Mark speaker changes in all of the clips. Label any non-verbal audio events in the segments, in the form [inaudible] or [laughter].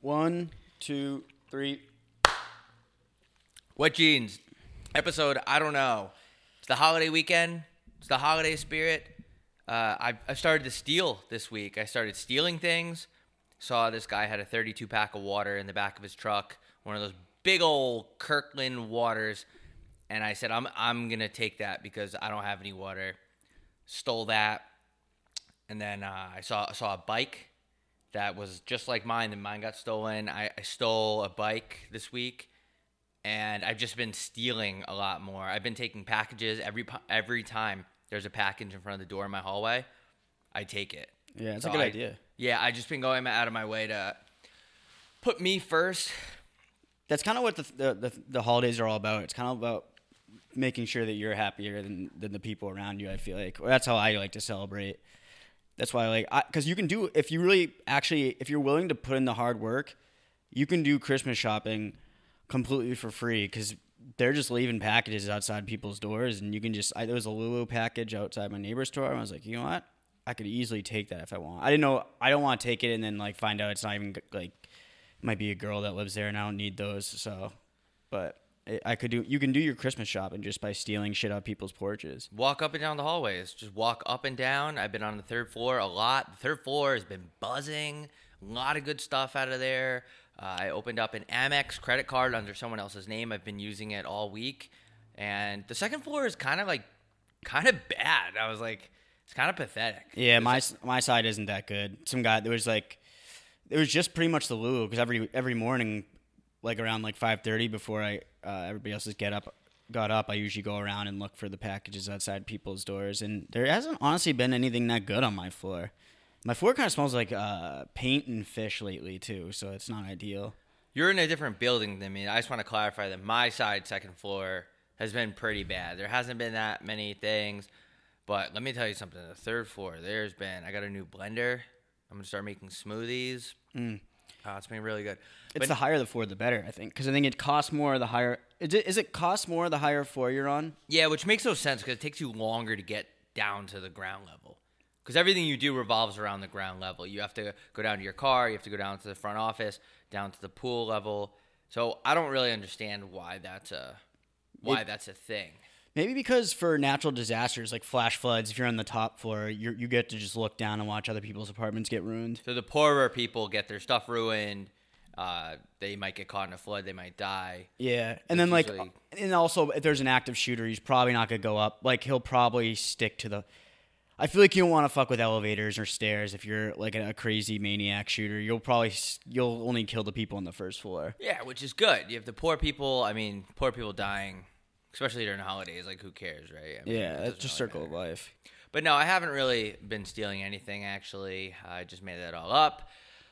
Speaker 1: One, two, three.
Speaker 2: What jeans? Episode I don't know. It's the holiday weekend. It's the holiday spirit. Uh, I've, I've started to steal this week. I started stealing things. Saw this guy had a 32 pack of water in the back of his truck, one of those big old Kirkland waters, and I said I'm I'm gonna take that because I don't have any water. Stole that, and then uh, I saw I saw a bike that was just like mine. And mine got stolen. I, I stole a bike this week and I've just been stealing a lot more. I've been taking packages every po- every time there's a package in front of the door in my hallway, I take it.
Speaker 1: Yeah, it's
Speaker 2: So
Speaker 1: a good
Speaker 2: I-
Speaker 1: idea.
Speaker 2: Yeah, I've just been going out of my way to put me first.
Speaker 1: That's kind of what the, the the the holidays are all about. It's kind of about making sure that you're happier than than the people around you. I feel like that's how I like to celebrate. That's why, like, because you can do if you really actually if you're willing to put in the hard work, you can do Christmas shopping completely for free because they're just leaving packages outside people's doors, and you can just. I, there was a Lulu package outside my neighbor's store, and I was like, you know what, I could easily take that if I want. I didn't know I don't want to take it, and then like find out it's not even like it might be a girl that lives there, and I don't need those. So, but eh, I, I could do. You can do your Christmas shopping just by stealing shit out people's porches.
Speaker 2: Walk up and down the hallways. Just walk up and down. I've been on the third floor a lot. The third floor has been buzzing. A lot of good stuff out of there. Uh, I opened up an Amex credit card under someone else's name. I've been using it all week. And the second floor is kind of like, kind of bad. I was like, it's kind of pathetic.
Speaker 1: Yeah, my my side isn't that good. Some guy there was like, it was just pretty much the Lulu because every every morning, like around like five thirty before I uh, everybody else's get up got up, I usually go around and look for the packages outside people's doors, and there hasn't honestly been anything that good on my floor. My floor kind of smells like uh, paint and fish lately too, so it's not ideal.
Speaker 2: You're in a different building than me. I just want to clarify that my side, second floor, has been pretty bad. There hasn't been that many things, but let me tell you something. The third floor, there's been. I got a new blender. I'm gonna start making smoothies. Uh, it's been really good.
Speaker 1: It's the higher the floor, the better, I think, because I think it costs more the higher. Is it, is it cost more the higher floor you're on?
Speaker 2: Yeah, which makes no sense because it takes you longer to get down to the ground level. Because everything you do revolves around the ground level. You have to go down to your car, you have to go down to the front office, down to the pool level. So I don't really understand why that's a why that's a thing.
Speaker 1: Maybe because for natural disasters like flash floods, if you're on the top floor, you you get to just look down and watch other people's apartments get ruined.
Speaker 2: So the poorer people get their stuff ruined. Uh, they might get caught in a flood. They might die.
Speaker 1: Yeah, and then like, uh,
Speaker 2: usually-
Speaker 1: and also if there's an active shooter, he's probably not gonna go up. Like he'll probably stick to the. I feel like you don't want to fuck with elevators or stairs if you're like a, a crazy maniac shooter. You'll probably s- you'll only kill the people on the first floor.
Speaker 2: Yeah, which is good. You have the poor people. I mean, poor people dying, especially during the holidays. Like, who cares, right? I mean, it
Speaker 1: Yeah,
Speaker 2: doesn't
Speaker 1: it's just
Speaker 2: really
Speaker 1: circle of life.
Speaker 2: But no, I haven't really been stealing anything, actually. I just made that all up. I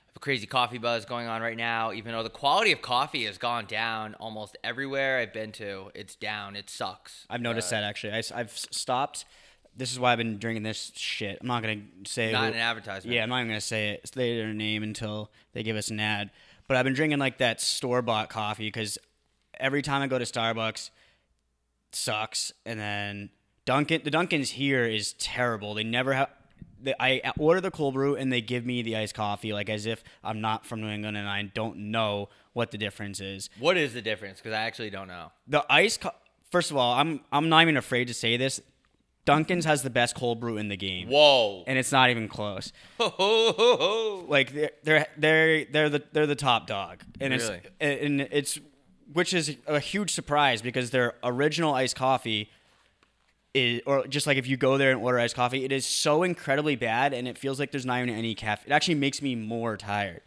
Speaker 2: have a crazy coffee buzz going on right now, even though the quality of coffee has gone down almost everywhere I've been to. It's down. It sucks.
Speaker 1: I've noticed that actually. I, have stopped. This is why I've been drinking this shit. I'm not gonna say
Speaker 2: Not
Speaker 1: who-
Speaker 2: an advertisement.
Speaker 1: Yeah, I'm not even gonna say it. Say their name until they give us an ad. But I've been drinking like that store bought coffee because every time I go to Starbucks, it sucks. And then Dunkin', the Dunkin's here is terrible. They never have. They, I order the cold brew and they give me the iced coffee, like as if I'm not from New England and I don't know what the difference is
Speaker 2: What is the difference? Because I actually don't know.
Speaker 1: the ice. Co- First of all, I'm I'm not even afraid to say this. Dunkin's has the best cold brew in the game,
Speaker 2: Whoa.
Speaker 1: and it's not even close.
Speaker 2: [laughs] Ho, ho, ho, ho.
Speaker 1: Like they're they're they're, they're the they're the top dog, and
Speaker 2: Really?
Speaker 1: it's and it's which is a huge surprise because their original iced coffee is or just like if you go there and order iced coffee, it is so incredibly bad, and it feels like there's not even any caffeine. It actually makes me more tired,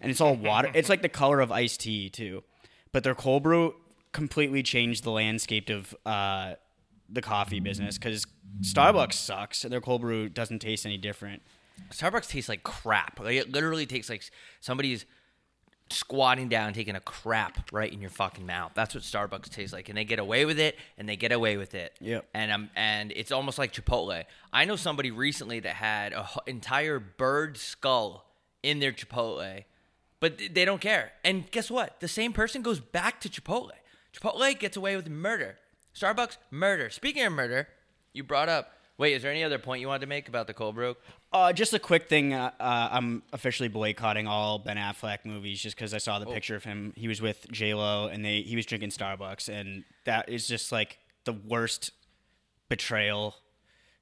Speaker 1: and it's all water. it's like the color of iced tea too, but their cold brew completely changed the landscape of. Uh, the coffee business because Starbucks sucks and their cold brew doesn't taste any different.
Speaker 2: Starbucks tastes like crap. Like it literally tastes like somebody's squatting down, taking a crap right in your fucking mouth. That's what Starbucks tastes like, and they get away with it, and they get away with it.
Speaker 1: Yep.
Speaker 2: And um, and it's almost like Chipotle. I know somebody recently that had an entire bird skull in their Chipotle, but th- they don't care. And guess what? The same person goes back to Chipotle. Chipotle gets away with murder. Starbucks murder. Speaking of murder, you brought up Wait, is there any other point you wanted to make about the cold brew?
Speaker 1: Uh, just a quick thing. Uh, uh, I'm officially boycotting all Ben Affleck movies just because I saw the picture of him. He was with J Lo, and they he was drinking Starbucks, and that is just like the worst betrayal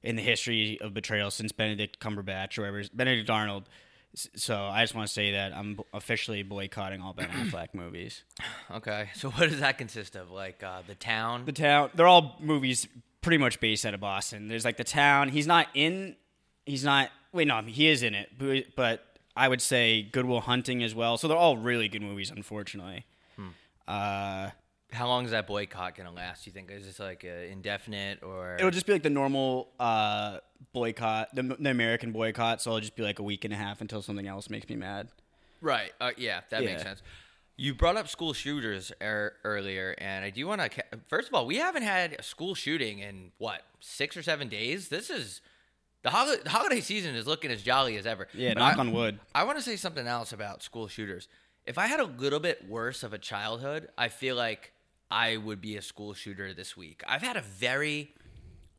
Speaker 1: in the history of betrayal since Benedict Cumberbatch or whatever Benedict Arnold. S- So I just want to say that I'm b- officially boycotting all Ben Affleck movies.
Speaker 2: Okay, [laughs] so what does that consist of? Like uh, the town?
Speaker 1: The town. They're all movies pretty much based out of Boston. There's like the town. He's not in. He's not. Wait, no, he is in it. But, but I would say Goodwill Hunting as well. So they're all really good movies, unfortunately. Uh,
Speaker 2: How long is that boycott gonna last? You think is this like uh, indefinite or?
Speaker 1: it'll just be like the normal uh, boycott, the, the American boycott. So it'll just be like a week and a half until something else makes me mad.
Speaker 2: Right. Uh, yeah, that makes
Speaker 1: Yeah.
Speaker 2: sense. You brought up school shooters er- earlier, and I do want to. First of all, we haven't had a school shooting in what six or seven days. This is the, hol- the holiday season is looking as jolly as ever.
Speaker 1: Yeah,
Speaker 2: But
Speaker 1: knock
Speaker 2: I-
Speaker 1: on wood.
Speaker 2: I want to say something else about school shooters. If I had a little bit worse of a childhood, I feel like I would be a school shooter this week. I've had a very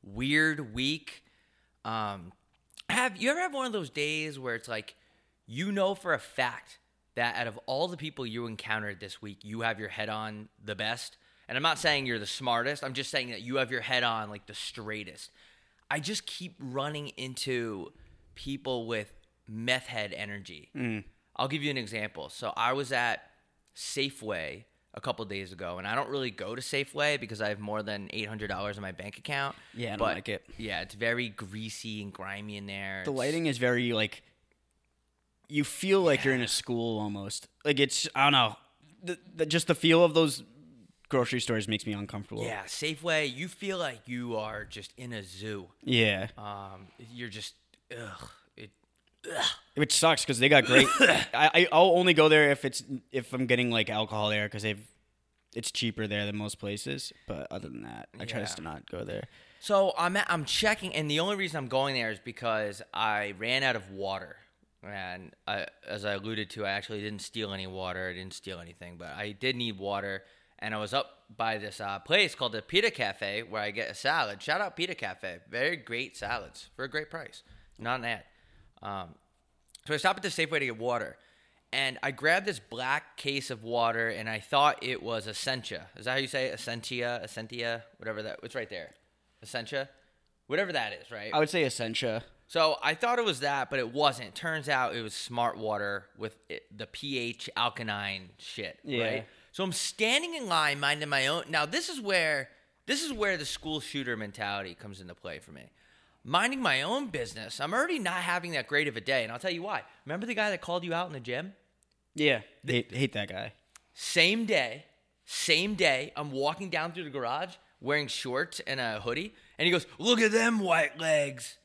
Speaker 2: weird week. Um, have you ever had one of those days where it's like you know for a fact that out of all the people you encountered this week, you have your head on the best? And I'm not saying you're the smartest, I'm just saying that you have your head on like the straightest. I just keep running into people with meth head energy.
Speaker 1: Mm.
Speaker 2: I'll give you an example. So I was at Safeway a couple days ago, and I don't really go to Safeway because I have more than $800 in my bank account.
Speaker 1: Yeah, I don't
Speaker 2: But-
Speaker 1: like it.
Speaker 2: Yeah, it's very greasy and grimy in there.
Speaker 1: The
Speaker 2: It's-
Speaker 1: lighting is very like you feel like you're in a school almost. Like it's I don't know. The, the, just the feel of those grocery stores makes me uncomfortable.
Speaker 2: Yeah, Safeway, you feel like you are just in a zoo.
Speaker 1: Yeah.
Speaker 2: Um, you're just, ugh. It,
Speaker 1: Which sucks because they got great. I, I- I'll only go there if it's if I'm getting like alcohol there because they've it's cheaper there than most places. But other than that, I try
Speaker 2: Yeah.
Speaker 1: just to not go there.
Speaker 2: So I'm at, I'm checking, and the only reason I'm going there is because I ran out of water. And I, as I alluded to, I actually didn't steal any water. I didn't steal anything, but I did need water. And I was up by this uh, place called the Pita Cafe where I get a salad. Shout out Pita Cafe. Very great salads for a great price. Not an ad. Um, so I stopped at the Safeway to get water, and I grabbed this black case of water, and I thought it was Essentia. Is that how you say it? Essentia? Essentia? Whatever that. It's right there. Essentia, whatever that is, right?
Speaker 1: I would say Essentia.
Speaker 2: So I thought it was that, but it wasn't. Turns out it was smart water with it, the pH alkaline shit,
Speaker 1: Yeah.
Speaker 2: right? So I'm standing in line minding my own. Now this is where this is where the school shooter mentality comes into play for me. Minding my own business. I'm already not having that great of a day, and I'll tell you why. Remember the guy that called you out in the gym?
Speaker 1: Yeah. Hate, hate that guy.
Speaker 2: Same day, same day, I'm walking down through the garage wearing shorts and a hoodie, and he goes, "Look at them white legs,"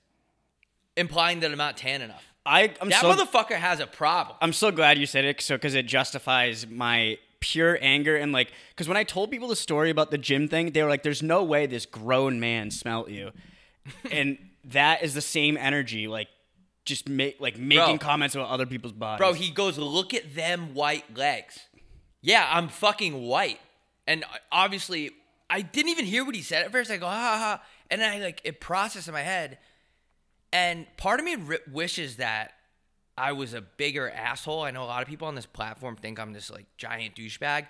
Speaker 2: implying that I'm not tan enough.
Speaker 1: I I'm
Speaker 2: That
Speaker 1: so
Speaker 2: motherfucker has a problem.
Speaker 1: I'm so glad you said it, so because it justifies my pure anger and like because when I told people the story about the gym thing, they were like, "There's no way this grown man smelt
Speaker 2: [laughs]
Speaker 1: you," and that is the same energy, like just make like making comments about other people's bodies.
Speaker 2: Bro, he goes, look at them white legs. Yeah, I'm fucking white. And obviously, I didn't even hear what he said at first. I go, ha ha. ha. And I like, it processed in my head. And part of me ri wishes that I was a bigger asshole. I know a lot of people on this platform think I'm this like giant douchebag.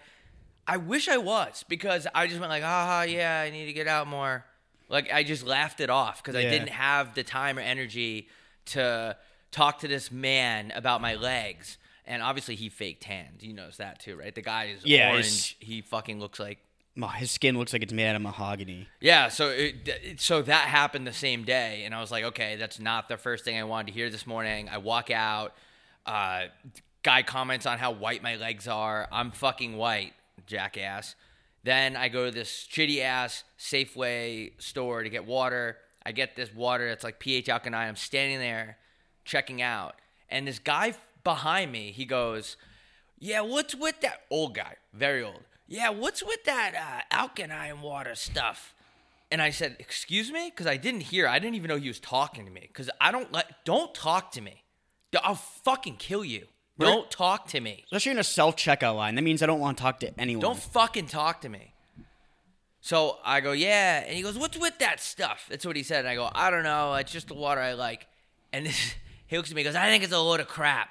Speaker 2: I wish I was because I just went like, ha ha, yeah, I need to get out more. Like I just laughed it off because I
Speaker 1: Yeah.
Speaker 2: didn't have the time or energy to talk to this man about my legs. And obviously he faked tanned. You notice that too, right? The guy is
Speaker 1: Yeah,
Speaker 2: orange.
Speaker 1: he's-
Speaker 2: He fucking looks like
Speaker 1: Ma, his skin looks like it's made out of mahogany.
Speaker 2: yeah, so it, it- so that happened the same day, and I was like, okay, that's not the first thing I wanted to hear this morning. I walk out, uh, guy comments on how white my legs are. I'm fucking white, jackass. Then I go to this shitty ass Safeway store to get water. I get this water that's like pH alkaline. I'm standing there checking out, and this guy behind me, he goes, yeah, what's with that old guy? Very old. Yeah, what's with that uh, alkaline water stuff? And I said, "Excuse me," because I didn't hear. I didn't even know he was talking to me. Because I don't like. Don't talk to me. D- I'll fucking kill you. Don't talk to me.
Speaker 1: Especially in a self checkout line, that means I don't want to talk to anyone.
Speaker 2: Don't fucking talk to me. So I go, yeah. And he goes, what's with that stuff? That's what he said. And I go, I don't know. It's just the water I like. And [laughs] this, he looks at me and goes, I think it's a load of crap.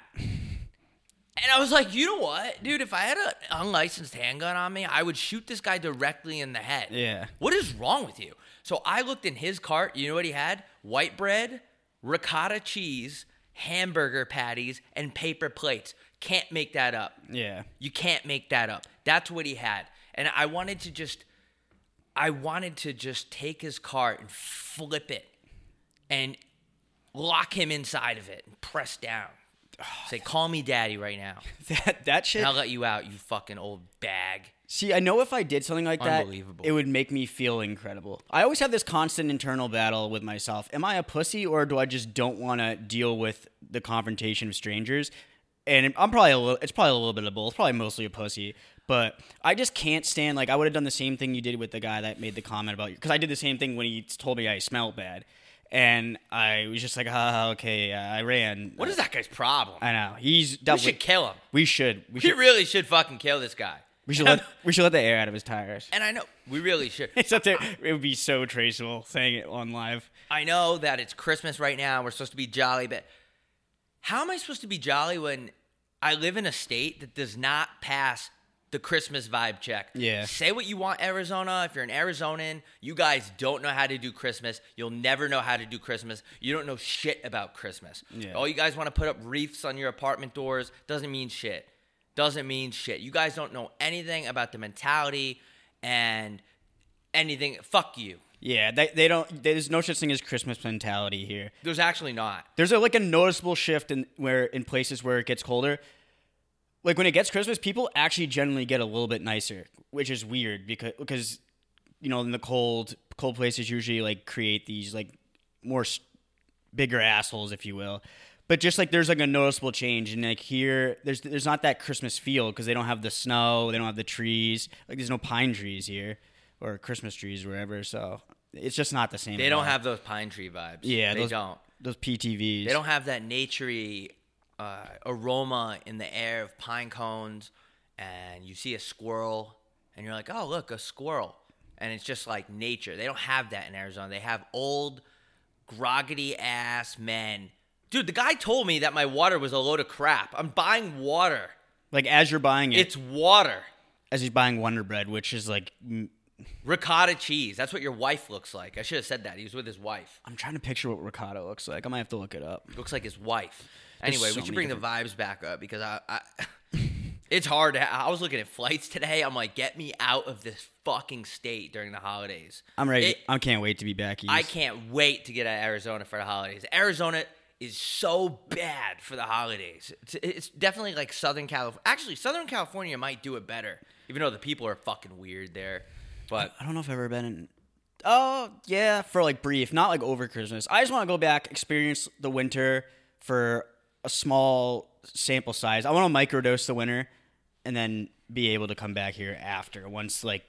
Speaker 2: And I was like, you know what, dude? If I had an unlicensed handgun on me, I would shoot this guy directly in the head.
Speaker 1: Yeah.
Speaker 2: What is wrong with you? So I looked in his cart. You know what he had? White bread, ricotta cheese, hamburger patties, and paper plates. Can't make that up.
Speaker 1: Yeah. [laughs]
Speaker 2: You can't make that up. That's what he had. And I wanted to just I wanted to just take his cart and flip it and lock him inside of it and press down.
Speaker 1: [sighs]
Speaker 2: Say, call me daddy right now.
Speaker 1: That that shit.
Speaker 2: And I'll let you out, you fucking old bag.
Speaker 1: See, I know if I did something like that,
Speaker 2: Unbelievable.
Speaker 1: it would make me feel incredible. I always have this constant internal battle with myself. Am I a pussy or do I just don't want to deal with the confrontation of strangers? And I'm probably a little, it's probably a little bit of both, probably mostly a pussy, but I just can't stand, like, I would have done the same thing you did with the guy that made the comment about you. Cause I did the same thing when he told me I smelled bad. And I was just like, ah, okay, I ran.
Speaker 2: What is that guy's problem?
Speaker 1: I know. He's
Speaker 2: we
Speaker 1: definitely.
Speaker 2: should kill him.
Speaker 1: We should. We
Speaker 2: We
Speaker 1: should.
Speaker 2: really should fucking kill this guy.
Speaker 1: We should
Speaker 2: [laughs]
Speaker 1: let, we should let the air out of his tires.
Speaker 2: And I know we
Speaker 1: [laughs]
Speaker 2: really should.
Speaker 1: Except it, it would be so traceable saying it on live.
Speaker 2: I know that it's Christmas right now. We're supposed to be jolly, but how am I supposed to be jolly when I live in a state that does not pass the Christmas vibe check?
Speaker 1: Yeah.
Speaker 2: Say what you want, Arizona. If you're an Arizonan, you guys don't know how to do Christmas. You'll never know how to do Christmas. You don't know shit about Christmas.
Speaker 1: Yeah.
Speaker 2: All you guys want to put up wreaths on your apartment doors doesn't mean shit. Doesn't mean shit. You guys don't know anything about the mentality and anything. Fuck you.
Speaker 1: Yeah, they, they don't. There's no such thing as Christmas mentality here.
Speaker 2: There's actually not.
Speaker 1: There's a, like a noticeable shift in where in places where it gets colder. Like when it gets Christmas, people actually generally get a little bit nicer, which is weird because because you know in the cold cold places usually like create these like more s- bigger assholes, if you will. But just like there's like a noticeable change, and like here, there's there's not that Christmas feel because they don't have the snow, they don't have the trees. Like there's no pine trees here or Christmas trees wherever. So it's just not the same.
Speaker 2: They
Speaker 1: at
Speaker 2: don't
Speaker 1: all.
Speaker 2: have those pine tree vibes.
Speaker 1: yeah
Speaker 2: they
Speaker 1: those,
Speaker 2: don't.
Speaker 1: those PTVs.
Speaker 2: They don't have that naturey uh, aroma in the air of pine cones, and you see a squirrel, and you're like, "Oh, look, a squirrel!" And it's just like nature. They don't have that in Arizona. They have old, groggedy ass men. Dude, the guy told me that my water was a load of crap. I'm buying water.
Speaker 1: like as you're buying it,
Speaker 2: It's water.
Speaker 1: as he's buying Wonder Bread, which is like mm,
Speaker 2: Ricotta cheese. That's what your wife looks like. I should have said that. He was with his wife.
Speaker 1: I'm trying to picture what ricotta looks like. I might have to look it up.
Speaker 2: looks like his wife.
Speaker 1: There's
Speaker 2: Anyway,
Speaker 1: so
Speaker 2: we should
Speaker 1: many
Speaker 2: bring the vibes back up because I, I [laughs] it's hard. To, I was looking at flights today. I'm like, get me out of this fucking state during the holidays.
Speaker 1: I'm ready.
Speaker 2: It-
Speaker 1: I can't wait to be back east.
Speaker 2: I can't wait to get out of Arizona for the holidays. Arizona is so bad for the holidays. It's, it's definitely like Southern California. Actually, Southern California might do it better, even though the people are fucking weird there. But
Speaker 1: I don't know if I've ever been in. Oh yeah, for like brief, not like over Christmas. I just want to go back, experience the winter for a small sample size. I want to microdose the winter, and then be able to come back here after once like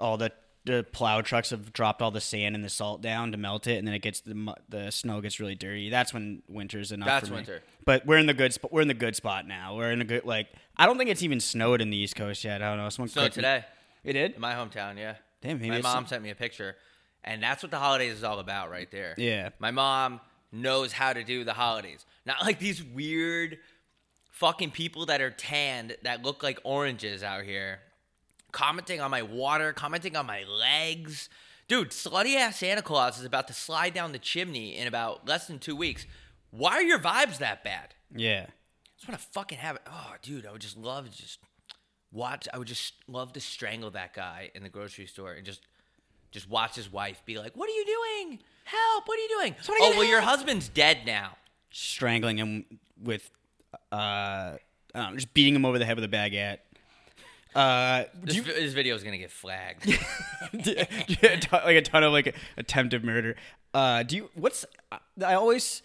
Speaker 1: all the the plow trucks have dropped all the sand and the salt down to melt it, and then it gets the mu- the snow gets really dirty. That's when winter's enough.
Speaker 2: That's
Speaker 1: for me.
Speaker 2: winter.
Speaker 1: But we're in the good spot. We're in the good spot now. We're in a good like. I don't think it's even snowed in the East Coast yet. I don't know. Someone
Speaker 2: so
Speaker 1: correct me.
Speaker 2: today.
Speaker 1: It did.
Speaker 2: In my hometown, yeah.
Speaker 1: Damn, maybe
Speaker 2: my
Speaker 1: it's
Speaker 2: mom
Speaker 1: some-
Speaker 2: sent me a picture, and that's what the holidays is all about, right there.
Speaker 1: Yeah.
Speaker 2: my mom knows how to do the holidays. Not like these weird fucking people that are tanned that look like oranges out here, commenting on my water, commenting on my legs. Dude, slutty ass Santa Claus is about to slide down the chimney in about less than two weeks. Why are your vibes that bad?
Speaker 1: Yeah.
Speaker 2: just want to fucking have it. Oh, dude, I would just love to just watch. I would just love to strangle that guy in the grocery store and just just watch his wife be like, "What are you doing? Help! What are you doing?
Speaker 1: Somebody
Speaker 2: oh,
Speaker 1: get
Speaker 2: well, your
Speaker 1: help."
Speaker 2: husband's dead now."
Speaker 1: strangling him with, uh, I don't know, just beating him over the head with a baguette. [laughs] Uh,
Speaker 2: This,
Speaker 1: do you,
Speaker 2: vi- this video is gonna
Speaker 1: [laughs]
Speaker 2: get flagged.
Speaker 1: do you- like a ton of like attempted murder. Uh, do you? What's? I always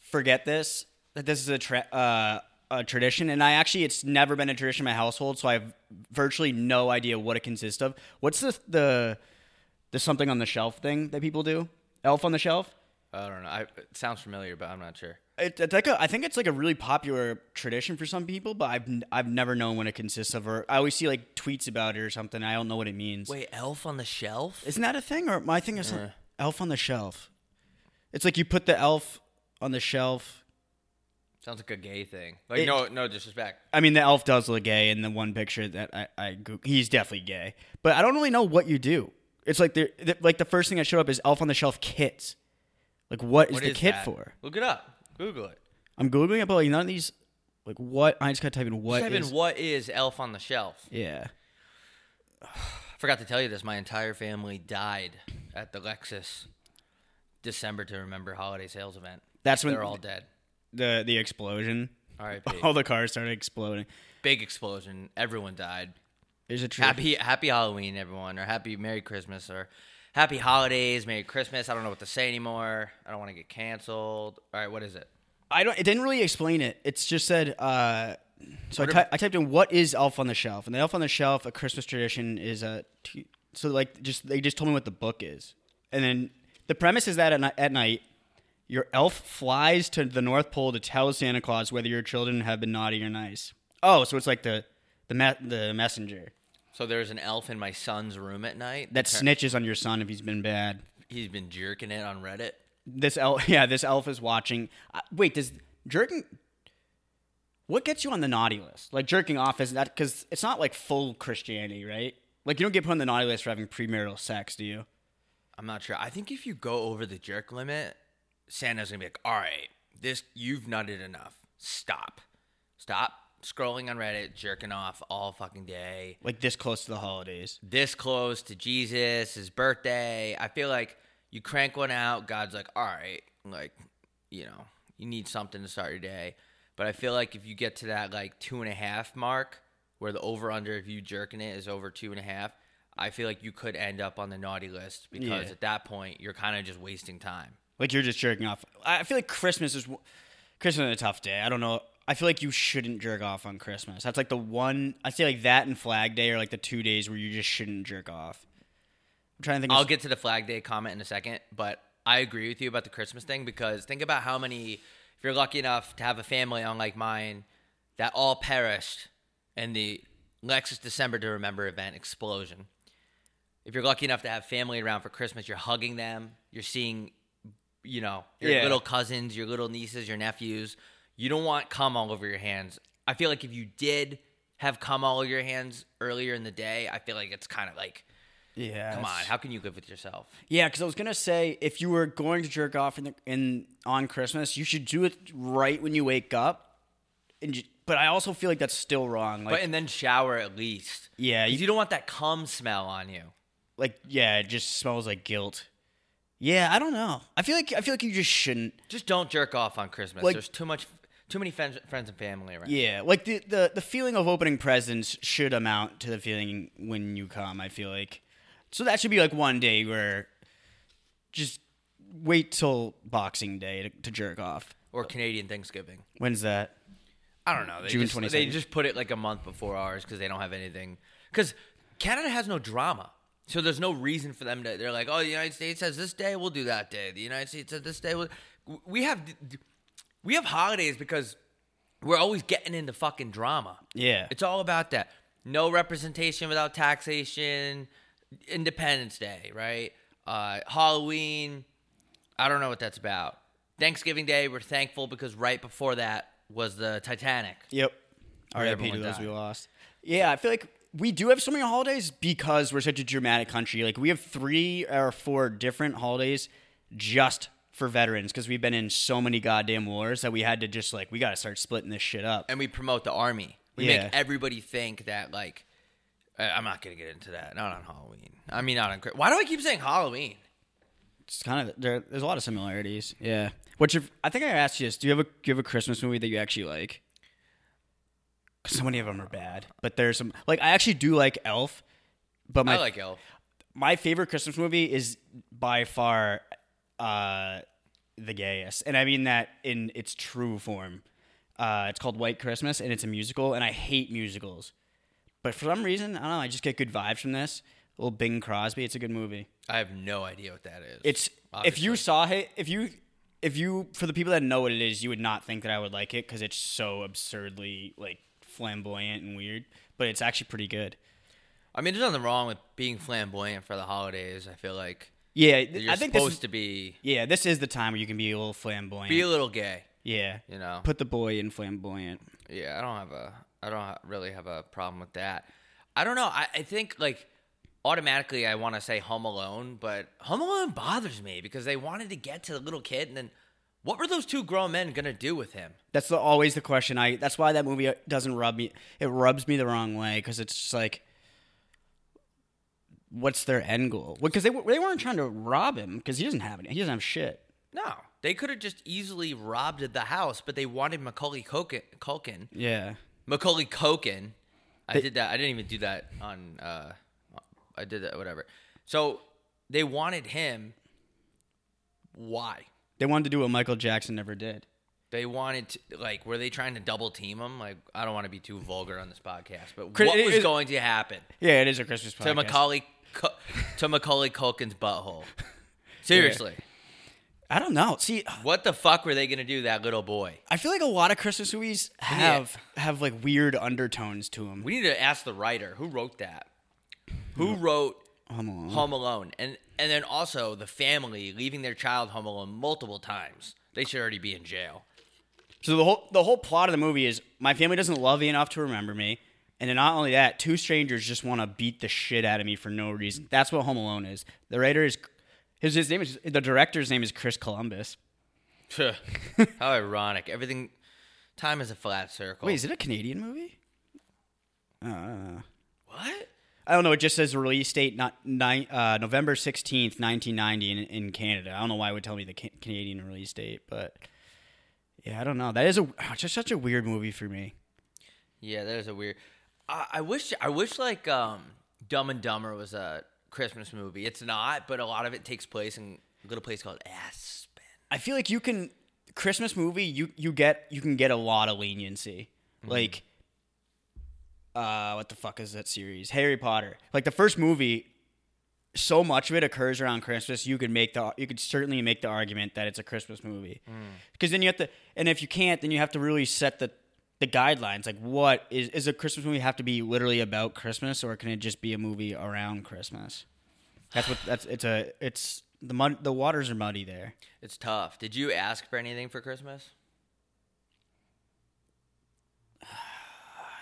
Speaker 1: forget this that this is a tra- uh, a tradition, and I actually it's never been a tradition in my household, so I have virtually no idea what it consists of. What's the the the something on the shelf thing that people do? Elf on the shelf?
Speaker 2: I don't know. I, it sounds familiar, but I'm not sure.
Speaker 1: It, it's like a, I think it's like a really popular tradition for some people, but I've n- I've never known what it consists of. Or I always see like tweets about it or something. I don't know what it means.
Speaker 2: Wait, Elf on the Shelf?
Speaker 1: Isn't that a thing? Or my thing is like elf on the shelf. It's like you put the elf on the shelf.
Speaker 2: Sounds like a gay thing. Like
Speaker 1: It-
Speaker 2: no, no disrespect.
Speaker 1: I mean, the elf does look gay in the one picture that I, I goo- he's definitely gay. But I don't really know what you do. It's like the, the like the first thing that showed up is elf on the shelf kits. Like what is
Speaker 2: What
Speaker 1: the
Speaker 2: is
Speaker 1: kit
Speaker 2: that?
Speaker 1: for?
Speaker 2: Look it up. Google it.
Speaker 1: I'm googling it, but like none of these. Like what? I just gotta type in what
Speaker 2: Type in
Speaker 1: is-
Speaker 2: what is Elf on the Shelf.
Speaker 1: Yeah.
Speaker 2: I forgot to tell you this. My entire family died at the Lexus December to Remember holiday sales event.
Speaker 1: That's when Oh.
Speaker 2: They're all dead.
Speaker 1: the the explosion. [laughs]
Speaker 2: R.I.P.
Speaker 1: All the cars started exploding.
Speaker 2: Big explosion. Everyone died.
Speaker 1: There's a tree.
Speaker 2: Happy Happy Halloween, everyone, or Happy Merry Christmas, or Happy Holidays, Merry Christmas. I don't know what to say anymore. I don't want to get canceled. All right, what is it?
Speaker 1: I don't. It didn't really explain it. It's just said. Uh, so I, ty- I typed in what is Elf on the Shelf, and the Elf on the Shelf, a Christmas tradition, is a. T- so like, just they just told me what the book is, and then the premise is that at, ni- at night, your elf flies to the North Pole to tell Santa Claus whether your children have been naughty or nice. Oh, so it's like the the ma- the messenger
Speaker 2: So there's an elf in my son's room at night.
Speaker 1: that
Speaker 2: Apparently-
Speaker 1: snitches on your son if he's been bad.
Speaker 2: He's been jerking it on Reddit.
Speaker 1: This elf, [laughs] yeah, this elf is watching. Uh, wait, does jerking? What gets you on the naughty list? Like jerking off is that because it's not like full Christianity, right? Like you don't get put on the naughty list for having premarital sex, do you?
Speaker 2: I'm not sure. I think if you go over the jerk limit, Santa's gonna be like, "All right, this you've nutted enough. Stop, stop scrolling on Reddit, jerking off all fucking day.
Speaker 1: Like this close to the holidays.
Speaker 2: This close to Jesus, his birthday. I feel like you crank one out. God's like, "All right, like, you know, you need something to start your day." But I feel like if you get to that like two and a half mark, where the over under of you jerking it is over two and a half. I feel like you could end up on the naughty list because
Speaker 1: Yeah.
Speaker 2: at that point you're kind of just wasting time.
Speaker 1: Like you're just jerking off. I I feel like Christmas is Christmas is a tough day. I don't know. I feel like you shouldn't jerk off on Christmas. That's like the one. I say like that and Flag Day are like the two days where you just shouldn't jerk off. I'm trying to think.
Speaker 2: I'll
Speaker 1: Of,
Speaker 2: get to the Flag Day comment in a second, but I agree with you about the Christmas thing because think about how many, if you're lucky enough to have a family unlike mine, that all perished in the Lexus December to Remember event explosion. If you're lucky enough to have family around for Christmas, you're hugging them, you're seeing, you know, your
Speaker 1: Yeah.
Speaker 2: little cousins, your little nieces, your nephews. You don't want cum all over your hands. I feel like if you did have cum all over your hands earlier in the day, I feel like it's kind of like,
Speaker 1: yeah.
Speaker 2: come
Speaker 1: that's-
Speaker 2: on, how can you live with yourself?
Speaker 1: Yeah, because I was gonna say if you were going to jerk off in, the, in on Christmas, you should do it right when you wake up. And ju- but I also feel like that's still wrong. Like,
Speaker 2: But and then shower at least.
Speaker 1: Yeah,
Speaker 2: 'Cause
Speaker 1: you-
Speaker 2: you, don't want that cum smell on you.
Speaker 1: like yeah, it just smells like guilt. Yeah, I don't know. I feel like I feel like you just shouldn't.
Speaker 2: Just don't jerk off on Christmas.
Speaker 1: Like-
Speaker 2: There's too much, too many friends, friends and family around.
Speaker 1: Yeah, like the, the the feeling of opening presents should amount to the feeling when you come. I feel like so that should be like one day where just wait till Boxing Day to, to jerk off.
Speaker 2: Or Canadian Thanksgiving.
Speaker 1: When's that?
Speaker 2: I don't know. They
Speaker 1: June
Speaker 2: just,
Speaker 1: 22nd.
Speaker 2: They just put it like a month before ours because they don't have anything. Because Canada has no drama, so there's no reason for them to. They're like, oh, the United States has this day, we'll do that day. The United States has this day. We'll, we have we have holidays because we're always getting into fucking drama.
Speaker 1: Yeah,
Speaker 2: It's all about that. No representation without taxation. Independence Day, right? Uh, Halloween. I don't know what that's about. Thanksgiving Day, we're thankful because right before that was the Titanic.
Speaker 1: Yep. R.I.P.
Speaker 2: everyone
Speaker 1: to those
Speaker 2: died.
Speaker 1: we lost. Yeah, I feel like we do have so many holidays because we're such a dramatic country. Like we have three or four different holidays just for veterans because we've been in so many goddamn wars that we had to just like we got to start splitting this shit up.
Speaker 2: And we promote the army. We
Speaker 1: Yeah.
Speaker 2: make everybody think that, like, I- I'm not going to get into that. Not on Halloween. I mean, not on. Chri- Why do I keep saying Halloween?
Speaker 1: It's kind of there, there's a lot of similarities. Yeah. What's your? I think I asked you this. Do you have a do you have a Christmas movie that you actually like? 'Cause so many of them are bad, but there's some like I actually do like Elf, but my
Speaker 2: I like Elf.
Speaker 1: my favorite Christmas movie is by far uh, the gayest, and I mean that in its true form. Uh, it's called White Christmas, and it's a musical, and I hate musicals, but for some reason, I don't know. I just get good vibes from this. Little Bing Crosby, it's a good movie.
Speaker 2: I have no idea what that is.
Speaker 1: It's if you
Speaker 2: Obviously.
Speaker 1: saw it, if you if you for the people that know what it is, you would not think that I would like it because it's so absurdly like flamboyant and weird. But it's actually pretty good.
Speaker 2: I mean, there's nothing wrong with being flamboyant for the holidays. I feel like
Speaker 1: Yeah, th-
Speaker 2: you're
Speaker 1: I think this.
Speaker 2: supposed
Speaker 1: Is,
Speaker 2: to be
Speaker 1: yeah, this is the time where you can be a little flamboyant.
Speaker 2: be a little gay.
Speaker 1: yeah,
Speaker 2: You know.
Speaker 1: put the boy in flamboyant.
Speaker 2: Yeah, I don't have a, I don't ha- really have a problem with that. I don't know. I, I think like automatically I want to say Home Alone, but Home Alone bothers me because they wanted to get to the little kid, and then what were those two grown men gonna do with him?
Speaker 1: That's the, always the question. I. That's why that movie doesn't rub me. It rubs me the wrong way because it's just like, what's their end goal? Because they w- they weren't trying to rob him because he doesn't have any. He doesn't have shit.
Speaker 2: No, they could have just easily robbed the house, but they wanted Macaulay Culkin. Culkin.
Speaker 1: Yeah.
Speaker 2: Macaulay Culkin. I did that. I didn't even do that on. Uh, I did that. Whatever. So they wanted him. Why?
Speaker 1: They wanted to do what Michael Jackson never did.
Speaker 2: They wanted to, like, were they trying to double team him? Like, I don't want to be too vulgar on this podcast, but
Speaker 1: Chris-
Speaker 2: what
Speaker 1: it
Speaker 2: was
Speaker 1: is-
Speaker 2: going to happen
Speaker 1: Yeah, it is a Christmas podcast.
Speaker 2: to Macaulay Cu- to Macaulay Culkin's
Speaker 1: [laughs]
Speaker 2: butthole? Seriously,
Speaker 1: I don't know. See,
Speaker 2: what the fuck were they going to do to that little boy?
Speaker 1: I feel like a lot of Christmas movies have have like weird undertones to them.
Speaker 2: We need to ask the writer who wrote that. Who wrote
Speaker 1: Home Alone.
Speaker 2: Home Alone? And and then also the family leaving their child home alone multiple times. They should already be
Speaker 1: [laughs]
Speaker 2: in jail.
Speaker 1: So the whole the whole plot of the movie is my family doesn't love me enough to remember me, and then not only that, two strangers just want to beat the shit out of me for no reason. That's what Home Alone is. The writer is his his name is the director's name is Chris Columbus.
Speaker 2: How ironic! Everything, time is a flat circle.
Speaker 1: Wait, is it a Canadian movie? Oh, I don't know.
Speaker 2: what?
Speaker 1: I don't know. It just says release date not nine, uh, November sixteenth, nineteen ninety, in, in Canada. I don't know why it would tell me the ca- Canadian release date, but yeah, I don't know. That is a it's just such a weird movie for me.
Speaker 2: Yeah, that is a weird. I, I wish I wish like um, Dumb and Dumber was a Christmas movie. It's not, but a lot of it takes place in a little place called Aspen.
Speaker 1: I feel like you can Christmas movie you you get you can get a lot of leniency. Like uh what the fuck is that series? Harry Potter. Like the first movie so much of it occurs around Christmas, you could make the you could certainly make the argument that it's a Christmas movie. Cuz then you have to and if you can't then you have to really set the the guidelines like what is is a Christmas movie have to be literally about Christmas or can it just be a movie around Christmas? That's what that's it's a it's the mud the waters are muddy there.
Speaker 2: It's tough. Did you ask for anything for Christmas?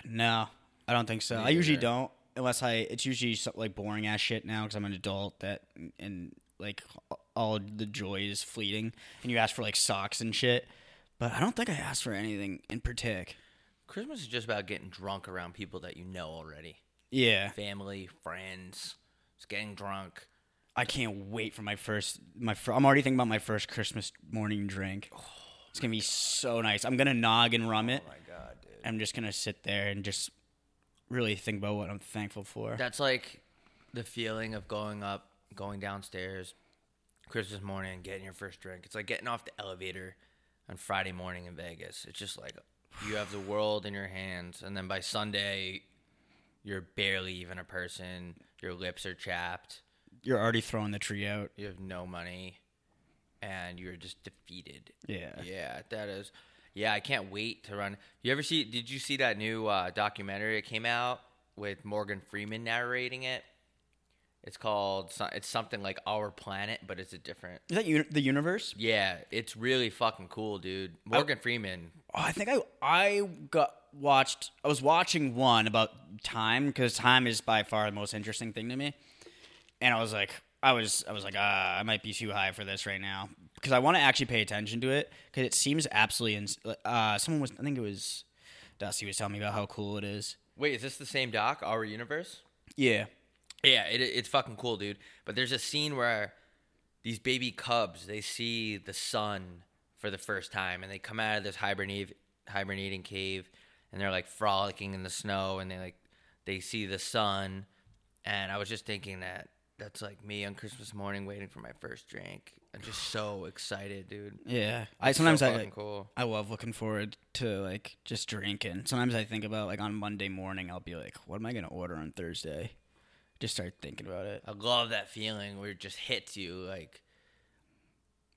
Speaker 1: No, I don't think so. I
Speaker 2: Neither.
Speaker 1: usually don't, unless I. It's usually so- like boring ass shit now because I'm an adult that and like all the joy is fleeting, and you ask for like socks and shit. But I don't think I asked for anything in particular.
Speaker 2: Christmas is just about getting drunk around people that you know already,
Speaker 1: Yeah,
Speaker 2: family, friends. Just getting drunk.
Speaker 1: I can't wait for my first. My fir- I'm already thinking about my first Christmas morning drink.
Speaker 2: Oh
Speaker 1: It's gonna be so nice. I'm gonna nog and rum it.
Speaker 2: My God, dude.
Speaker 1: I'm just gonna sit there and just really think about what I'm thankful for.
Speaker 2: That's like the feeling of going up, going downstairs, Christmas morning, getting your first drink. It's like getting off the elevator on Friday morning in Vegas. It's just like you have the world in your hands, and then by Sunday, you're barely even a person. Your lips are chapped.
Speaker 1: You're already throwing the tree out.
Speaker 2: You have no money, and you're just defeated.
Speaker 1: Yeah.
Speaker 2: Yeah, that is. Yeah, I can't wait to run. You ever see? Did you see that new uh, documentary that came out with Morgan Freeman narrating it? It's called. so- It's something like Our Planet, but it's a different.
Speaker 1: Is that uni- the universe?
Speaker 2: Yeah, it's really fucking cool, dude. Morgan Freeman.
Speaker 1: Oh, I think I I got watched. I was watching one about time because time is by far the most interesting thing to me, and I was like, I was I was like, ah, I might be too high for this right now because I want to actually pay attention to it because it seems absolutely. Ins- uh, someone was I think it was Dusty was telling me about how cool it is.
Speaker 2: Wait, is this the same doc? Our Universe.
Speaker 1: Yeah,
Speaker 2: Yeah, it, it's fucking cool, dude. But there's a scene where these baby cubs they see the sun for the first time, and they come out of this hibernate, hibernating cave, and they're like frolicking in the snow, and they like they see the sun. And I was just thinking that that's like me on Christmas morning waiting for my first drink. I'm just so excited, dude.
Speaker 1: yeah. I sometimes
Speaker 2: so
Speaker 1: I
Speaker 2: fucking
Speaker 1: like,
Speaker 2: cool.
Speaker 1: I love looking forward to like just drinking. Sometimes I think about like on Monday morning I'll be like, what am I gonna order on Thursday? Just start thinking about it.
Speaker 2: I love that feeling where it just hits you like.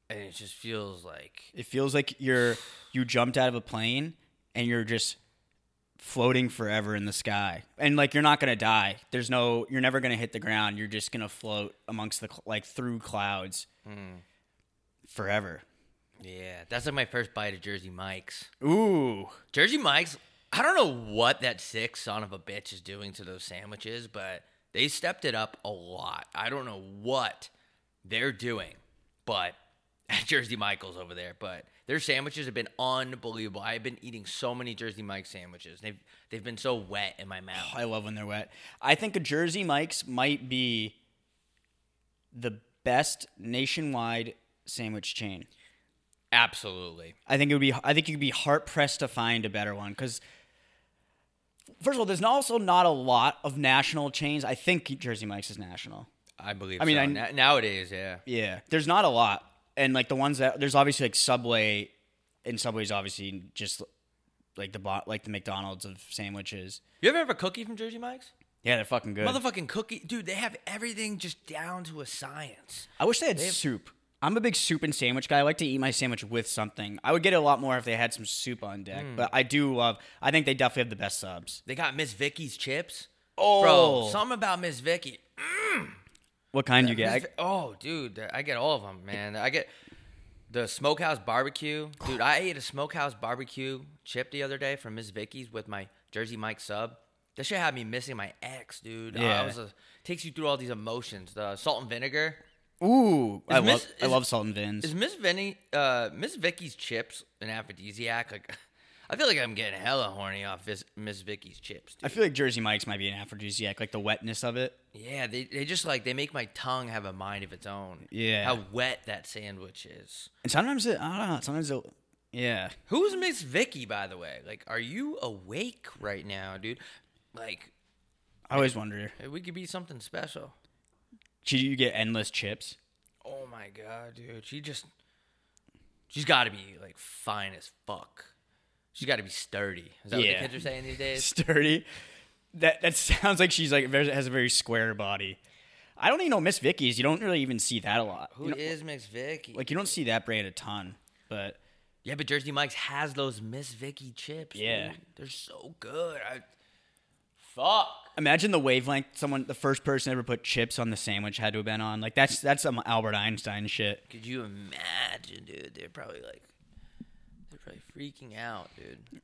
Speaker 2: and it just feels like
Speaker 1: It feels like you're you jumped out of a plane and you're just floating forever in the sky. And like you're not going to die. There's no you're never going to hit the ground. You're just going to float amongst the cl- like through clouds forever.
Speaker 2: yeah. That's like my first bite of Jersey Mike's.
Speaker 1: Ooh.
Speaker 2: Jersey Mike's. I don't know what that sick son of a bitch is doing to those sandwiches, but they stepped it up a lot. I don't know what they're doing, but [laughs] Jersey Michael's over there. But their sandwiches have been unbelievable. I've been eating so many Jersey Mike sandwiches. They've they've been so wet in my mouth.
Speaker 1: I love when they're wet. I think a Jersey Mike's might be the best nationwide sandwich chain.
Speaker 2: Absolutely.
Speaker 1: I think it would be. I think you'd be hard pressed to find a better one because, first of all, there's not- also not a lot of national chains. I think Jersey Mike's is national.
Speaker 2: I believe.
Speaker 1: I mean,
Speaker 2: so.
Speaker 1: I-
Speaker 2: Na- nowadays, yeah.
Speaker 1: Yeah, there's not a lot, and like the ones that there's obviously like Subway, and Subway's obviously just like the bo- like the McDonald's of sandwiches.
Speaker 2: You ever have a cookie from Jersey Mike's?
Speaker 1: Yeah, they're fucking good.
Speaker 2: Motherfucking cookie, dude. They have everything just down to a science.
Speaker 1: I wish they had soup. I'm a big soup and sandwich guy. I like to eat my sandwich with something. I would get it a lot more if they had some soup on deck. But I do love. I think they definitely have the best subs.
Speaker 2: They got Miss Vicky's chips.
Speaker 1: Oh.
Speaker 2: bro, something about Miss Vicky.
Speaker 1: What kind you get?
Speaker 2: Miss
Speaker 1: I-
Speaker 2: Vi- oh, dude, I get all of them, man. I get the smokehouse barbecue, dude. I ate a smokehouse barbecue chip the other day from Miss Vicky's with my Jersey Mike sub. That shit had me missing my ex, dude. Yeah.
Speaker 1: Yeah.
Speaker 2: I was a, takes you through all these emotions. The salt and vinegar.
Speaker 1: Ooh, I
Speaker 2: Miss-
Speaker 1: love I
Speaker 2: is-
Speaker 1: love salt and vins.
Speaker 2: Is Miss Vinny, uh, Miss Vicky's chips an aphrodisiac? Like, [laughs] I feel like I'm getting hella horny off this Miss Vicky's chips.
Speaker 1: I
Speaker 2: Dude.
Speaker 1: feel like Jersey Mike's might be an aphrodisiac, like the wetness of it.
Speaker 2: Yeah, they they just like they make my tongue have a mind of its own.
Speaker 1: Yeah.
Speaker 2: how wet that sandwich is.
Speaker 1: And sometimes it, I don't know. Sometimes it, yeah.
Speaker 2: Who's Miss Vicky, by the way? Like, are you awake right now, dude? Like,
Speaker 1: I always wonder.
Speaker 2: we could be something special.
Speaker 1: Do you get endless chips?
Speaker 2: Oh my god, dude, she just she's got to be like fine as fuck. She's got to be sturdy. Is that
Speaker 1: Yeah.
Speaker 2: what the kids are saying these
Speaker 1: [laughs]
Speaker 2: days?
Speaker 1: Sturdy. That that sounds like she's like very, has a very square body. I don't even know Miss Vicky's. You don't really even see that a lot.
Speaker 2: Who
Speaker 1: You
Speaker 2: is
Speaker 1: know-
Speaker 2: Miss Vicky?
Speaker 1: like you don't see that brand a ton, but
Speaker 2: yeah, but Jersey Mike's has those Miss Vicky chips.
Speaker 1: Yeah.
Speaker 2: dude. they're so good. I, fuck.
Speaker 1: imagine the wavelength someone the first person ever put chips on the sandwich had to have been on. Like that's that's some Albert Einstein shit.
Speaker 2: Could you imagine, dude? They're probably like, they're probably freaking out, dude.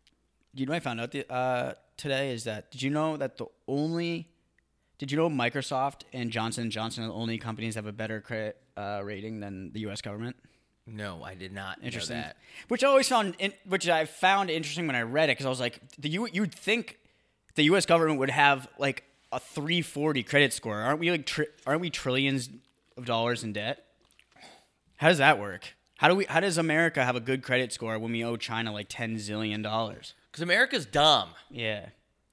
Speaker 1: You know, what I found out the, uh, today is that did you know that the only did you know Microsoft and Johnson and Johnson are the only companies that have a better credit uh, rating than the U.S. government?
Speaker 2: No, I did not know
Speaker 1: Interesting,
Speaker 2: that.
Speaker 1: which I always found in, which I found interesting when I read it because I was like, the you you'd think the U.S. government would have like a 340 credit score, aren't we like tri- aren't we trillions of dollars in debt? How does that work? How do we? How does America have a good credit score when we owe China like 10 zillion dollars?
Speaker 2: Because America's dumb.
Speaker 1: Yeah.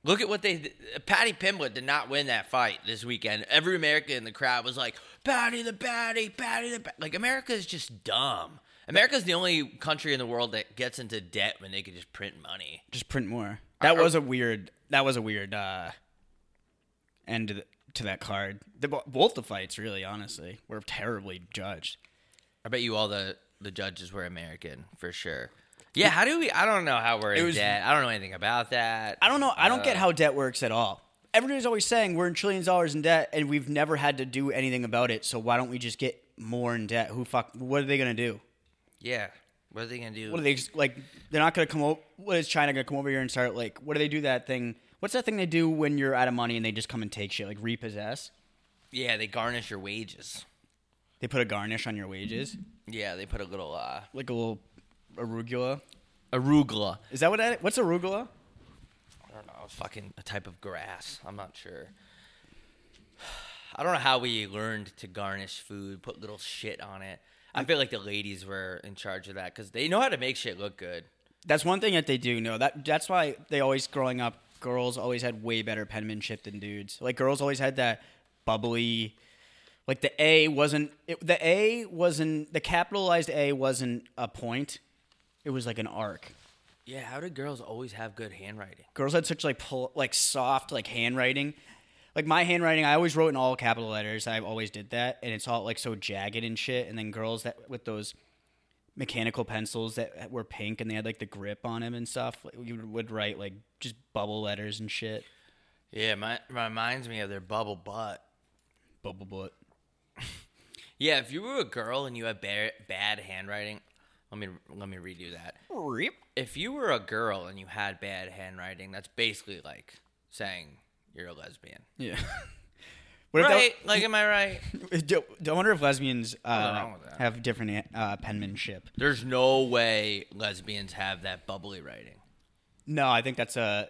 Speaker 2: Look at what they. Patty Pimblett did not win that fight this weekend. Every American in the crowd was like, Patty the Patty, Patty the Patty. Like, America is just dumb. America's the only country in the world that gets into debt when they could just print money.
Speaker 1: just print more. That was a weird. That was a weird uh, end to, the, to that card. The, bo- both the fights, really, honestly, were terribly judged.
Speaker 2: I bet you all the, the judges were American for sure. Yeah, how do we? I don't know how we're in
Speaker 1: was-
Speaker 2: debt. I don't know anything about that.
Speaker 1: I don't know. I don't get how debt works at all. Everybody's always saying we're in trillions of dollars in debt, and we've never had to do anything about it. So why don't we just get more in debt? Who fuck? What are they gonna do?
Speaker 2: Yeah. What are they going to do?
Speaker 1: What are they just, like? They're not gonna come over. What is China gonna come over here and start like? What do they do that thing? What's that thing they do when you're out of money and they just come and take shit like repossess?
Speaker 2: yeah, they garnish your wages.
Speaker 1: They put a garnish on your wages,
Speaker 2: Yeah, they put a little uh,
Speaker 1: like a little arugula.
Speaker 2: arugula.
Speaker 1: Is that what that? What's arugula?
Speaker 2: I don't know, fucking a type of grass. I'm not sure. [sighs] I don't know how we learned to garnish food, put little shit on it. I feel like the ladies were in charge of that because they know how to make shit look good.
Speaker 1: That's one thing that they do know. That that's why they always growing up, girls always had way better penmanship than dudes. Like girls always had that bubbly, like the A wasn't it, the A wasn't the capitalized A wasn't a point. It was like an arc.
Speaker 2: Yeah, how did girls always have good handwriting?
Speaker 1: Girls had such like pull, like soft like handwriting. Like my handwriting, I always wrote in all capital letters. I always did that, and it's all like so jagged and shit. And then girls that with those mechanical pencils that were pink and they had like the grip on them and stuff. Like, you would write like just bubble letters and shit.
Speaker 2: Yeah, my reminds me of their bubble butt.
Speaker 1: Bubble butt.
Speaker 2: Yeah, if you were a girl and you had ba- bad handwriting, let me let me redo that.
Speaker 1: Rip.
Speaker 2: If you were a girl and you had bad handwriting, that's basically like saying you're a lesbian,
Speaker 1: Yeah. [laughs] What if that-
Speaker 2: right? like, am I right?
Speaker 1: [laughs] Do- do I wonder if lesbians uh,
Speaker 2: wrong with that?
Speaker 1: have different uh, penmanship.
Speaker 2: [laughs] There's no way lesbians have that bubbly writing.
Speaker 1: No, I think that's a.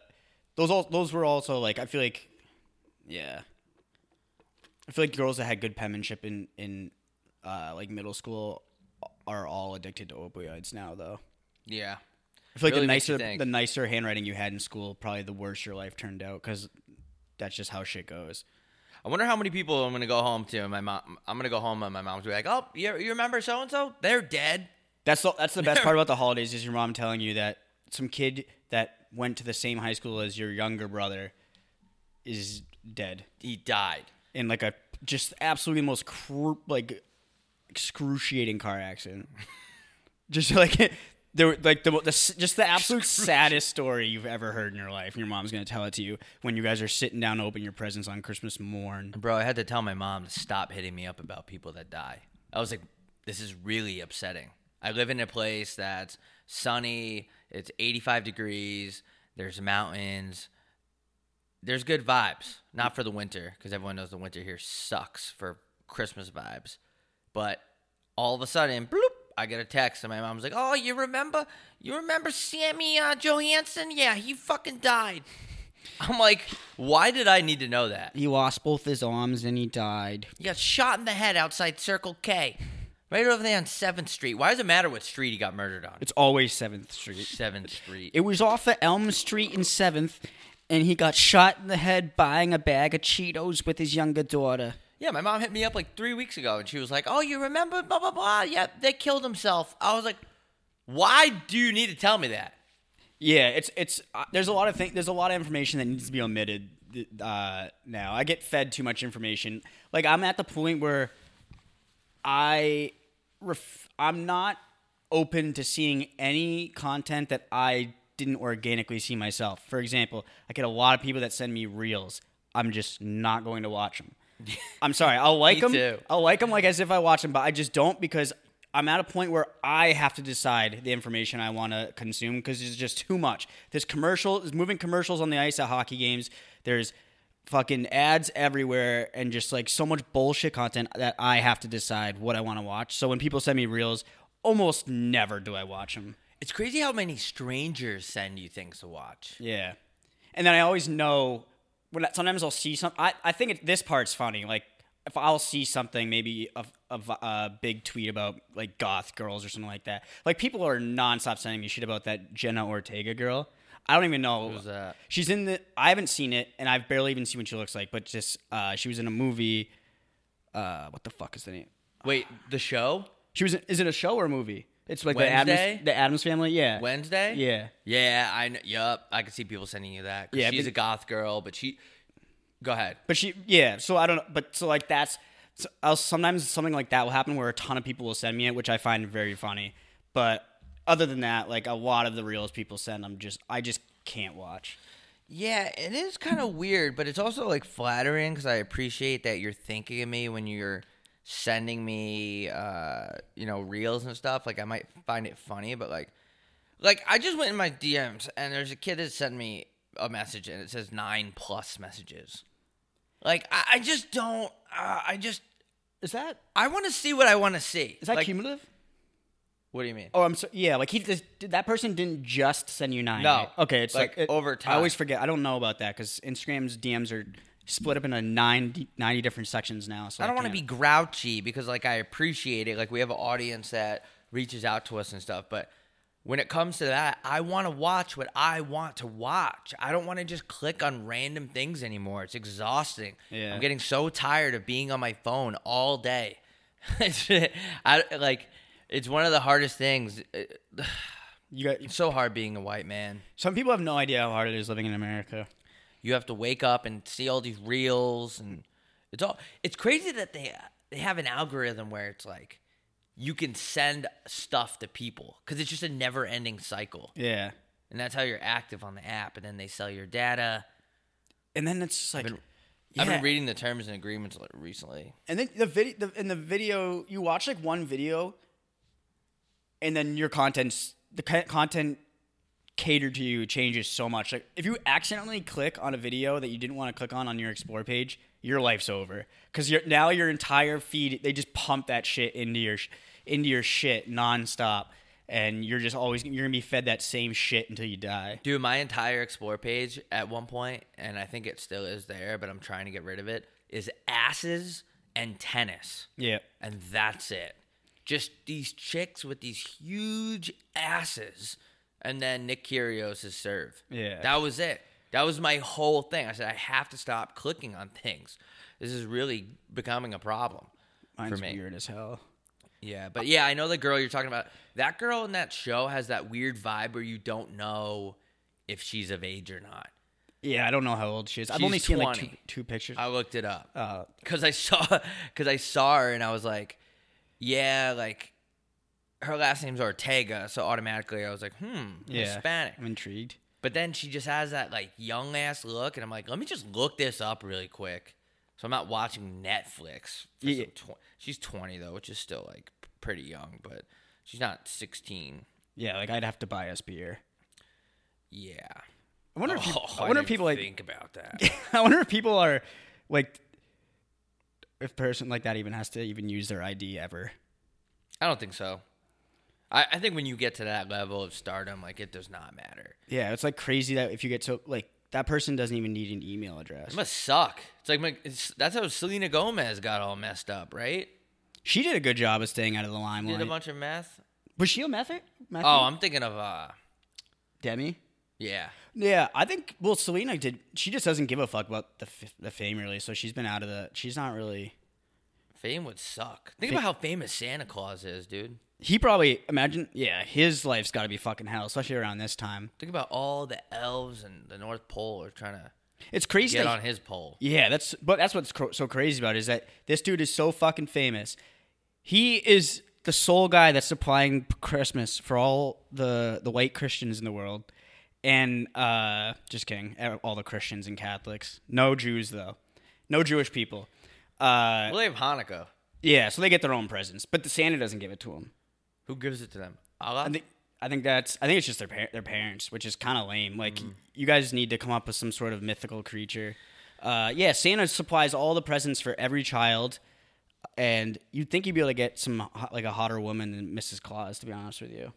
Speaker 1: Those all those were also like I feel like, yeah. I feel like girls that had good penmanship in in uh, like middle school are all addicted to opioids now though.
Speaker 2: Yeah,
Speaker 1: I feel like
Speaker 2: Really
Speaker 1: the
Speaker 2: makes you
Speaker 1: nicer
Speaker 2: think.
Speaker 1: the nicer handwriting you had in school, probably the worse your life turned out because that's just how shit goes.
Speaker 2: I wonder how many people I'm gonna go home to. And my mom, I'm gonna go home and my mom's gonna be like, "Oh, you, you remember so and so? They're dead."
Speaker 1: That's the, that's the best
Speaker 2: [laughs]
Speaker 1: part about the holidays is your mom telling you that some kid that went to the same high school as your younger brother is dead
Speaker 2: He died.
Speaker 1: in like a just absolutely most cr- like excruciating car accident. [laughs] just like [laughs] there were like the, mo- the s- just the absolute saddest story you've ever heard in your life. And your mom's gonna tell it to you when you guys are sitting down to open your presents on Christmas morn.
Speaker 2: Bro, I had to tell my mom to stop hitting me up about people that die. I was like, this is really upsetting. I live in a place that's sunny, it's 85 degrees, there's mountains, there's good vibes. Not for the winter, because everyone knows the winter here sucks for Christmas vibes. But all of a sudden, bloop, I get a text, and my mom's like, "Oh, you remember? You remember Sammy uh, Johansson? Yeah, he fucking died." [laughs] I'm like, why did I need to know that?
Speaker 1: He lost both his arms and he died.
Speaker 2: He got shot in the head outside Circle K, right over there on Seventh Street. Why does it matter what street he got murdered on?
Speaker 1: It's always Seventh Street.
Speaker 2: Seventh Street.
Speaker 1: It was off of Elm Street in 7th, and he got shot in the head buying a bag of Cheetos with his younger daughter.
Speaker 2: yeah, my mom hit me up like three weeks ago, and she was like, "Oh, you remember? Blah blah blah. Yeah, they killed himself." I was like, "Why do you need to tell me that?"
Speaker 1: Yeah, it's it's uh, there's a lot of thing there's a lot of information that needs to be omitted th- uh, now. I get fed too much information. Like I'm at the point where I ref- I'm not open to seeing any content that I didn't organically see myself. For example, I get a lot of people that send me reels. I'm just not going to watch them. I'm sorry. I'll like
Speaker 2: Me
Speaker 1: them.
Speaker 2: too.
Speaker 1: I'll like them like as if I watch them, but I just don't because I'm at a point where I have to decide the information I want to consume because it's just too much. There's commercial, there's moving commercials on the ice at hockey games. There's fucking ads everywhere and just like so much bullshit content that I have to decide what I want to watch. So when people send me reels, almost never do I watch them.
Speaker 2: It's crazy how many strangers send you things to watch.
Speaker 1: Yeah, and then I always know when I, sometimes I'll see something. I I think it, this part's funny. Like if I'll see something, maybe a, a v- a big tweet about like goth girls or something like that. Like people are nonstop sending me shit about that Jenna Ortega girl. I don't even know
Speaker 2: Who's that?
Speaker 1: She's in the. I haven't seen it, and I've barely even seen what she looks like. But just uh, she was in a movie. Uh, what the fuck is the name?
Speaker 2: Wait, the show
Speaker 1: She was. In, is it a show or a movie? It's like the Adams,
Speaker 2: Wednesday?
Speaker 1: the Adams Family. Yeah.
Speaker 2: Wednesday?
Speaker 1: Yeah.
Speaker 2: yeah. I know. Yup, I could see people sending you that. 'cause
Speaker 1: Yeah,
Speaker 2: she's
Speaker 1: but-
Speaker 2: a goth girl, but she. Go ahead.
Speaker 1: But she, yeah. So I don't. know. But so like that's. So I'll, sometimes something like that will happen where a ton of people will send me it, which I find very funny. But other than that, like a lot of the reels people send, I'm just I just can't watch.
Speaker 2: Yeah, it is kind of weird, but it's also like flattering because I appreciate that you're thinking of me when you're sending me, uh, you know, reels and stuff. Like I might find it funny, but like, like I just went in my DMs and there's a kid that sent me a message and it says nine plus messages. Like I, I just don't. Uh, I just
Speaker 1: Is that
Speaker 2: I want to see what I want to see.
Speaker 1: is that
Speaker 2: like,
Speaker 1: cumulative?
Speaker 2: What do you mean?
Speaker 1: Oh, I'm so yeah. Like he just did, that person didn't just send you nine.
Speaker 2: No.
Speaker 1: right? Okay, it's like, it-
Speaker 2: Like, over
Speaker 1: I always
Speaker 2: time.
Speaker 1: forget. I don't know about that because Instagram's DMs are split up into nine d- 90 different sections now. So
Speaker 2: I don't want to
Speaker 1: can't-
Speaker 2: be grouchy because like I appreciate it. Like we have an audience that reaches out to us and stuff, but when it comes to that, I want to watch what I want to watch. I don't want to just click on random things anymore. It's exhausting.
Speaker 1: Yeah.
Speaker 2: I'm getting so tired of being on my phone all day. [laughs] I like it's one of the hardest things. It-
Speaker 1: You got
Speaker 2: It's so hard being a white man.
Speaker 1: some people have no idea how hard it is living in America.
Speaker 2: you have to wake up and see all these reels and it's all it's crazy that they they have an algorithm where it's like you can send stuff to people because it's just a never ending cycle.
Speaker 1: Yeah.
Speaker 2: And that's how you're active on the app. And then they sell your data.
Speaker 1: And then it's just like,
Speaker 2: I've
Speaker 1: Yeah.
Speaker 2: been reading the terms and agreements like, recently.
Speaker 1: and then the video, the, in the video, you watch like one video, and then your content's the co- content catered to you changes so much. Like if you accidentally click on a video that you didn't want to click on on your explore page, your life's over because you're, now your entire feed they just pump that shit into your sh- into your shit nonstop, and you're just always you're gonna be fed that same shit until you die.
Speaker 2: Dude, my entire explore page at one point, and I think it still is there, but I'm trying to get rid of it, is asses and tennis.
Speaker 1: Yeah.
Speaker 2: And that's it. Just these chicks with these huge asses. And then Nick Kyrgios' serve.
Speaker 1: Yeah.
Speaker 2: That was it. That was my whole thing. I said, I have to stop clicking on things. This is really becoming a problem
Speaker 1: Mine's
Speaker 2: for me.
Speaker 1: weird as hell.
Speaker 2: Yeah, but yeah, I know the girl you're talking about. That girl in that show has that weird vibe where you don't know if she's of age or not.
Speaker 1: Yeah, I don't know how old she is. I've
Speaker 2: She's
Speaker 1: only seen like two,
Speaker 2: 20.
Speaker 1: two pictures.
Speaker 2: I looked it up
Speaker 1: Uh,
Speaker 2: because I saw [laughs] because I saw her and I was like, yeah, like her last name's Ortega, so automatically I was like, hmm,
Speaker 1: yeah,
Speaker 2: Hispanic.
Speaker 1: I'm intrigued.
Speaker 2: But then she just has that like young ass look, and I'm like, let me just look this up really quick. So I'm not watching Netflix. for
Speaker 1: Yeah.
Speaker 2: some tw- she's 20 though, which is still like p- pretty young, but she's not 16.
Speaker 1: Yeah, like I'd have to buy us beer.
Speaker 2: Yeah.
Speaker 1: I wonder if peop-
Speaker 2: Oh,
Speaker 1: I wonder if
Speaker 2: didn't
Speaker 1: people [laughs] like
Speaker 2: think about that.
Speaker 1: I wonder if people are like if a person like that even has to even use their ID ever.
Speaker 2: I don't think so. I, I think when you get to that level of stardom, like it does not matter.
Speaker 1: Yeah, it's like crazy that if you get so like that person doesn't even need an email address.
Speaker 2: It must suck. It's like my, it's, that's how Selena Gomez got all messed up, right?
Speaker 1: She did a good job of staying out of the
Speaker 2: Did a
Speaker 1: limelight.
Speaker 2: bunch of meth.
Speaker 1: Was she a method? method?
Speaker 2: Oh, I'm thinking of uh,
Speaker 1: Demi.
Speaker 2: yeah.
Speaker 1: Yeah, I think well Selena did. She just doesn't give a fuck about the f- the fame really. So she's been out of the. She's not really.
Speaker 2: Fame would suck. Think about how famous Santa Claus is, dude.
Speaker 1: He probably imagine. Yeah, his life's got to be fucking hell, especially around this time.
Speaker 2: Think about all the elves and the North Pole are trying to
Speaker 1: It's crazy.
Speaker 2: get
Speaker 1: that-
Speaker 2: on his pole.
Speaker 1: Yeah, that's but that's what's cr- so crazy about it is that this dude is so fucking famous. He is the sole guy that's supplying p- Christmas for all the the white Christians in the world, and uh, just kidding, eh, all the Christians and Catholics. No Jews though, no Jewish people. Uh,
Speaker 2: Well, they have Hanukkah.
Speaker 1: yeah, so they get their own presents, but the Santa doesn't give it to them.
Speaker 2: Who gives it to them? Allah.
Speaker 1: I think I think that's I think it's just their par- their parents, which is kind of lame. Like you guys need to come up with some sort of mythical creature. Uh, yeah, Santa supplies all the presents for every child, and you'd think you'd be able to get some ho- like a hotter woman than Mrs. Claus. To be honest with you,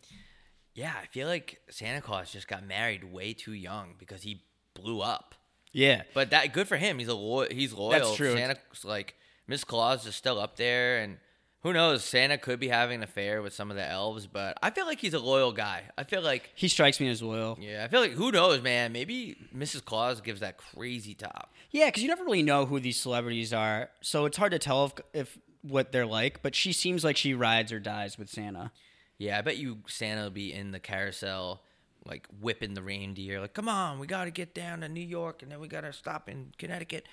Speaker 2: yeah, I feel like Santa Claus just got married way too young because he blew up.
Speaker 1: yeah,
Speaker 2: But that good for him. He's a lo- he's loyal.
Speaker 1: That's true.
Speaker 2: Santa like Miss Claus is still up there, and who knows? Santa could be having an affair with some of the elves. But I feel like he's a loyal guy. I feel like
Speaker 1: he strikes me as loyal.
Speaker 2: yeah, I feel like who knows, man? Maybe Mrs. Claus gives that crazy top.
Speaker 1: Yeah, because you never really know who these celebrities are, so it's hard to tell if, if what they're like. But she seems like she rides or dies with Santa.
Speaker 2: Yeah, I bet you Santa will be in the carousel, like whipping the reindeer. Like, come on, we got to get down to New York, and then we got to stop in Connecticut.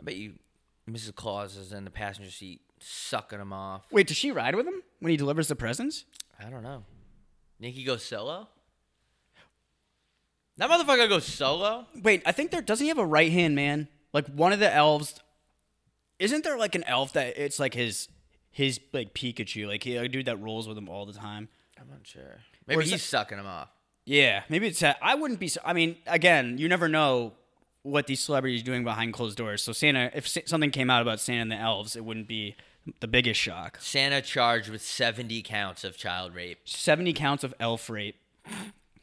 Speaker 2: I bet you Mrs. Claus is in the passenger seat sucking him off.
Speaker 1: Wait, does she ride with him when he delivers the presents?
Speaker 2: I don't know. Think he goes solo? That motherfucker goes solo?
Speaker 1: Wait, I think there doesn't he have a right hand man? Like one of the elves. Isn't there like an elf that it's like his his like Pikachu, like he, a dude that rolls with him all the time?
Speaker 2: I'm not sure. Maybe
Speaker 1: is
Speaker 2: he's
Speaker 1: it-
Speaker 2: sucking him off.
Speaker 1: Yeah, maybe it's. that. I wouldn't be. su- I mean, again, you never know what these celebrities are doing behind closed doors. So Santa, if Sa- something came out about Santa and the elves, it wouldn't be the biggest shock.
Speaker 2: Santa charged with 70 counts of child rape.
Speaker 1: Seventy counts of elf rape.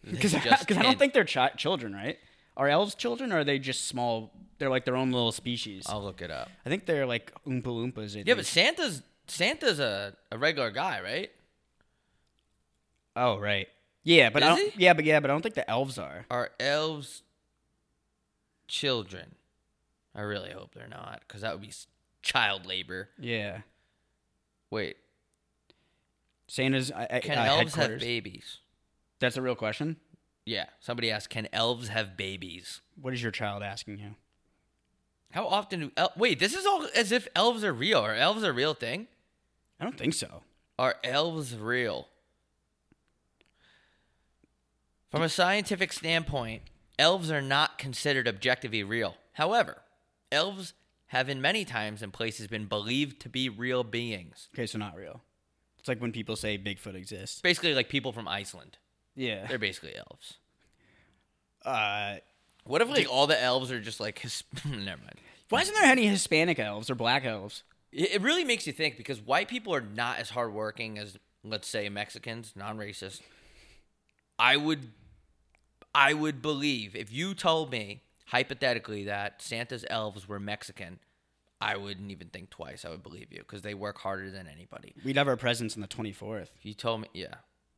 Speaker 1: Because
Speaker 2: Just
Speaker 1: I don't
Speaker 2: kidding.
Speaker 1: think they're chi- children, right? Are elves children, or are they just small? They're like their own little species.
Speaker 2: I'll look it up.
Speaker 1: I think they're like oompa loompas. I
Speaker 2: Yeah,
Speaker 1: think.
Speaker 2: but Santa's Santa's a, a regular guy, right?
Speaker 1: Oh right. Yeah, but I
Speaker 2: Is
Speaker 1: don't,
Speaker 2: he?
Speaker 1: yeah, but yeah, but I don't think the elves are.
Speaker 2: Are elves children? I really hope they're not, because that would be s- child labor.
Speaker 1: Yeah,
Speaker 2: Wait,
Speaker 1: Santa's uh, uh,
Speaker 2: can elves have
Speaker 1: headquarters.
Speaker 2: babies?
Speaker 1: That's a real question.
Speaker 2: Yeah, somebody asked, can elves have babies?
Speaker 1: What is your child asking you?
Speaker 2: How often do el- wait? This is all as if elves are real. Are elves a real thing?
Speaker 1: I don't think so.
Speaker 2: Are elves real? From a scientific standpoint, elves are not considered objectively real. However, elves have in many times and places been believed to be real beings.
Speaker 1: Okay, so not real. It's like when people say Bigfoot exists.
Speaker 2: Basically, like people from Iceland.
Speaker 1: Yeah.
Speaker 2: They're basically elves.
Speaker 1: Uh,
Speaker 2: What if like all the elves are just like his- [laughs] never mind.
Speaker 1: why isn't there any Hispanic elves or black elves?
Speaker 2: It it really makes you think because white people are not as hardworking as let's say Mexicans, non-racist. I would, I would believe if you told me hypothetically that Santa's elves were Mexican, I wouldn't even think twice. I would believe you because they work harder than anybody.
Speaker 1: We'd have our presents on the 24th.
Speaker 2: If you told me, yeah,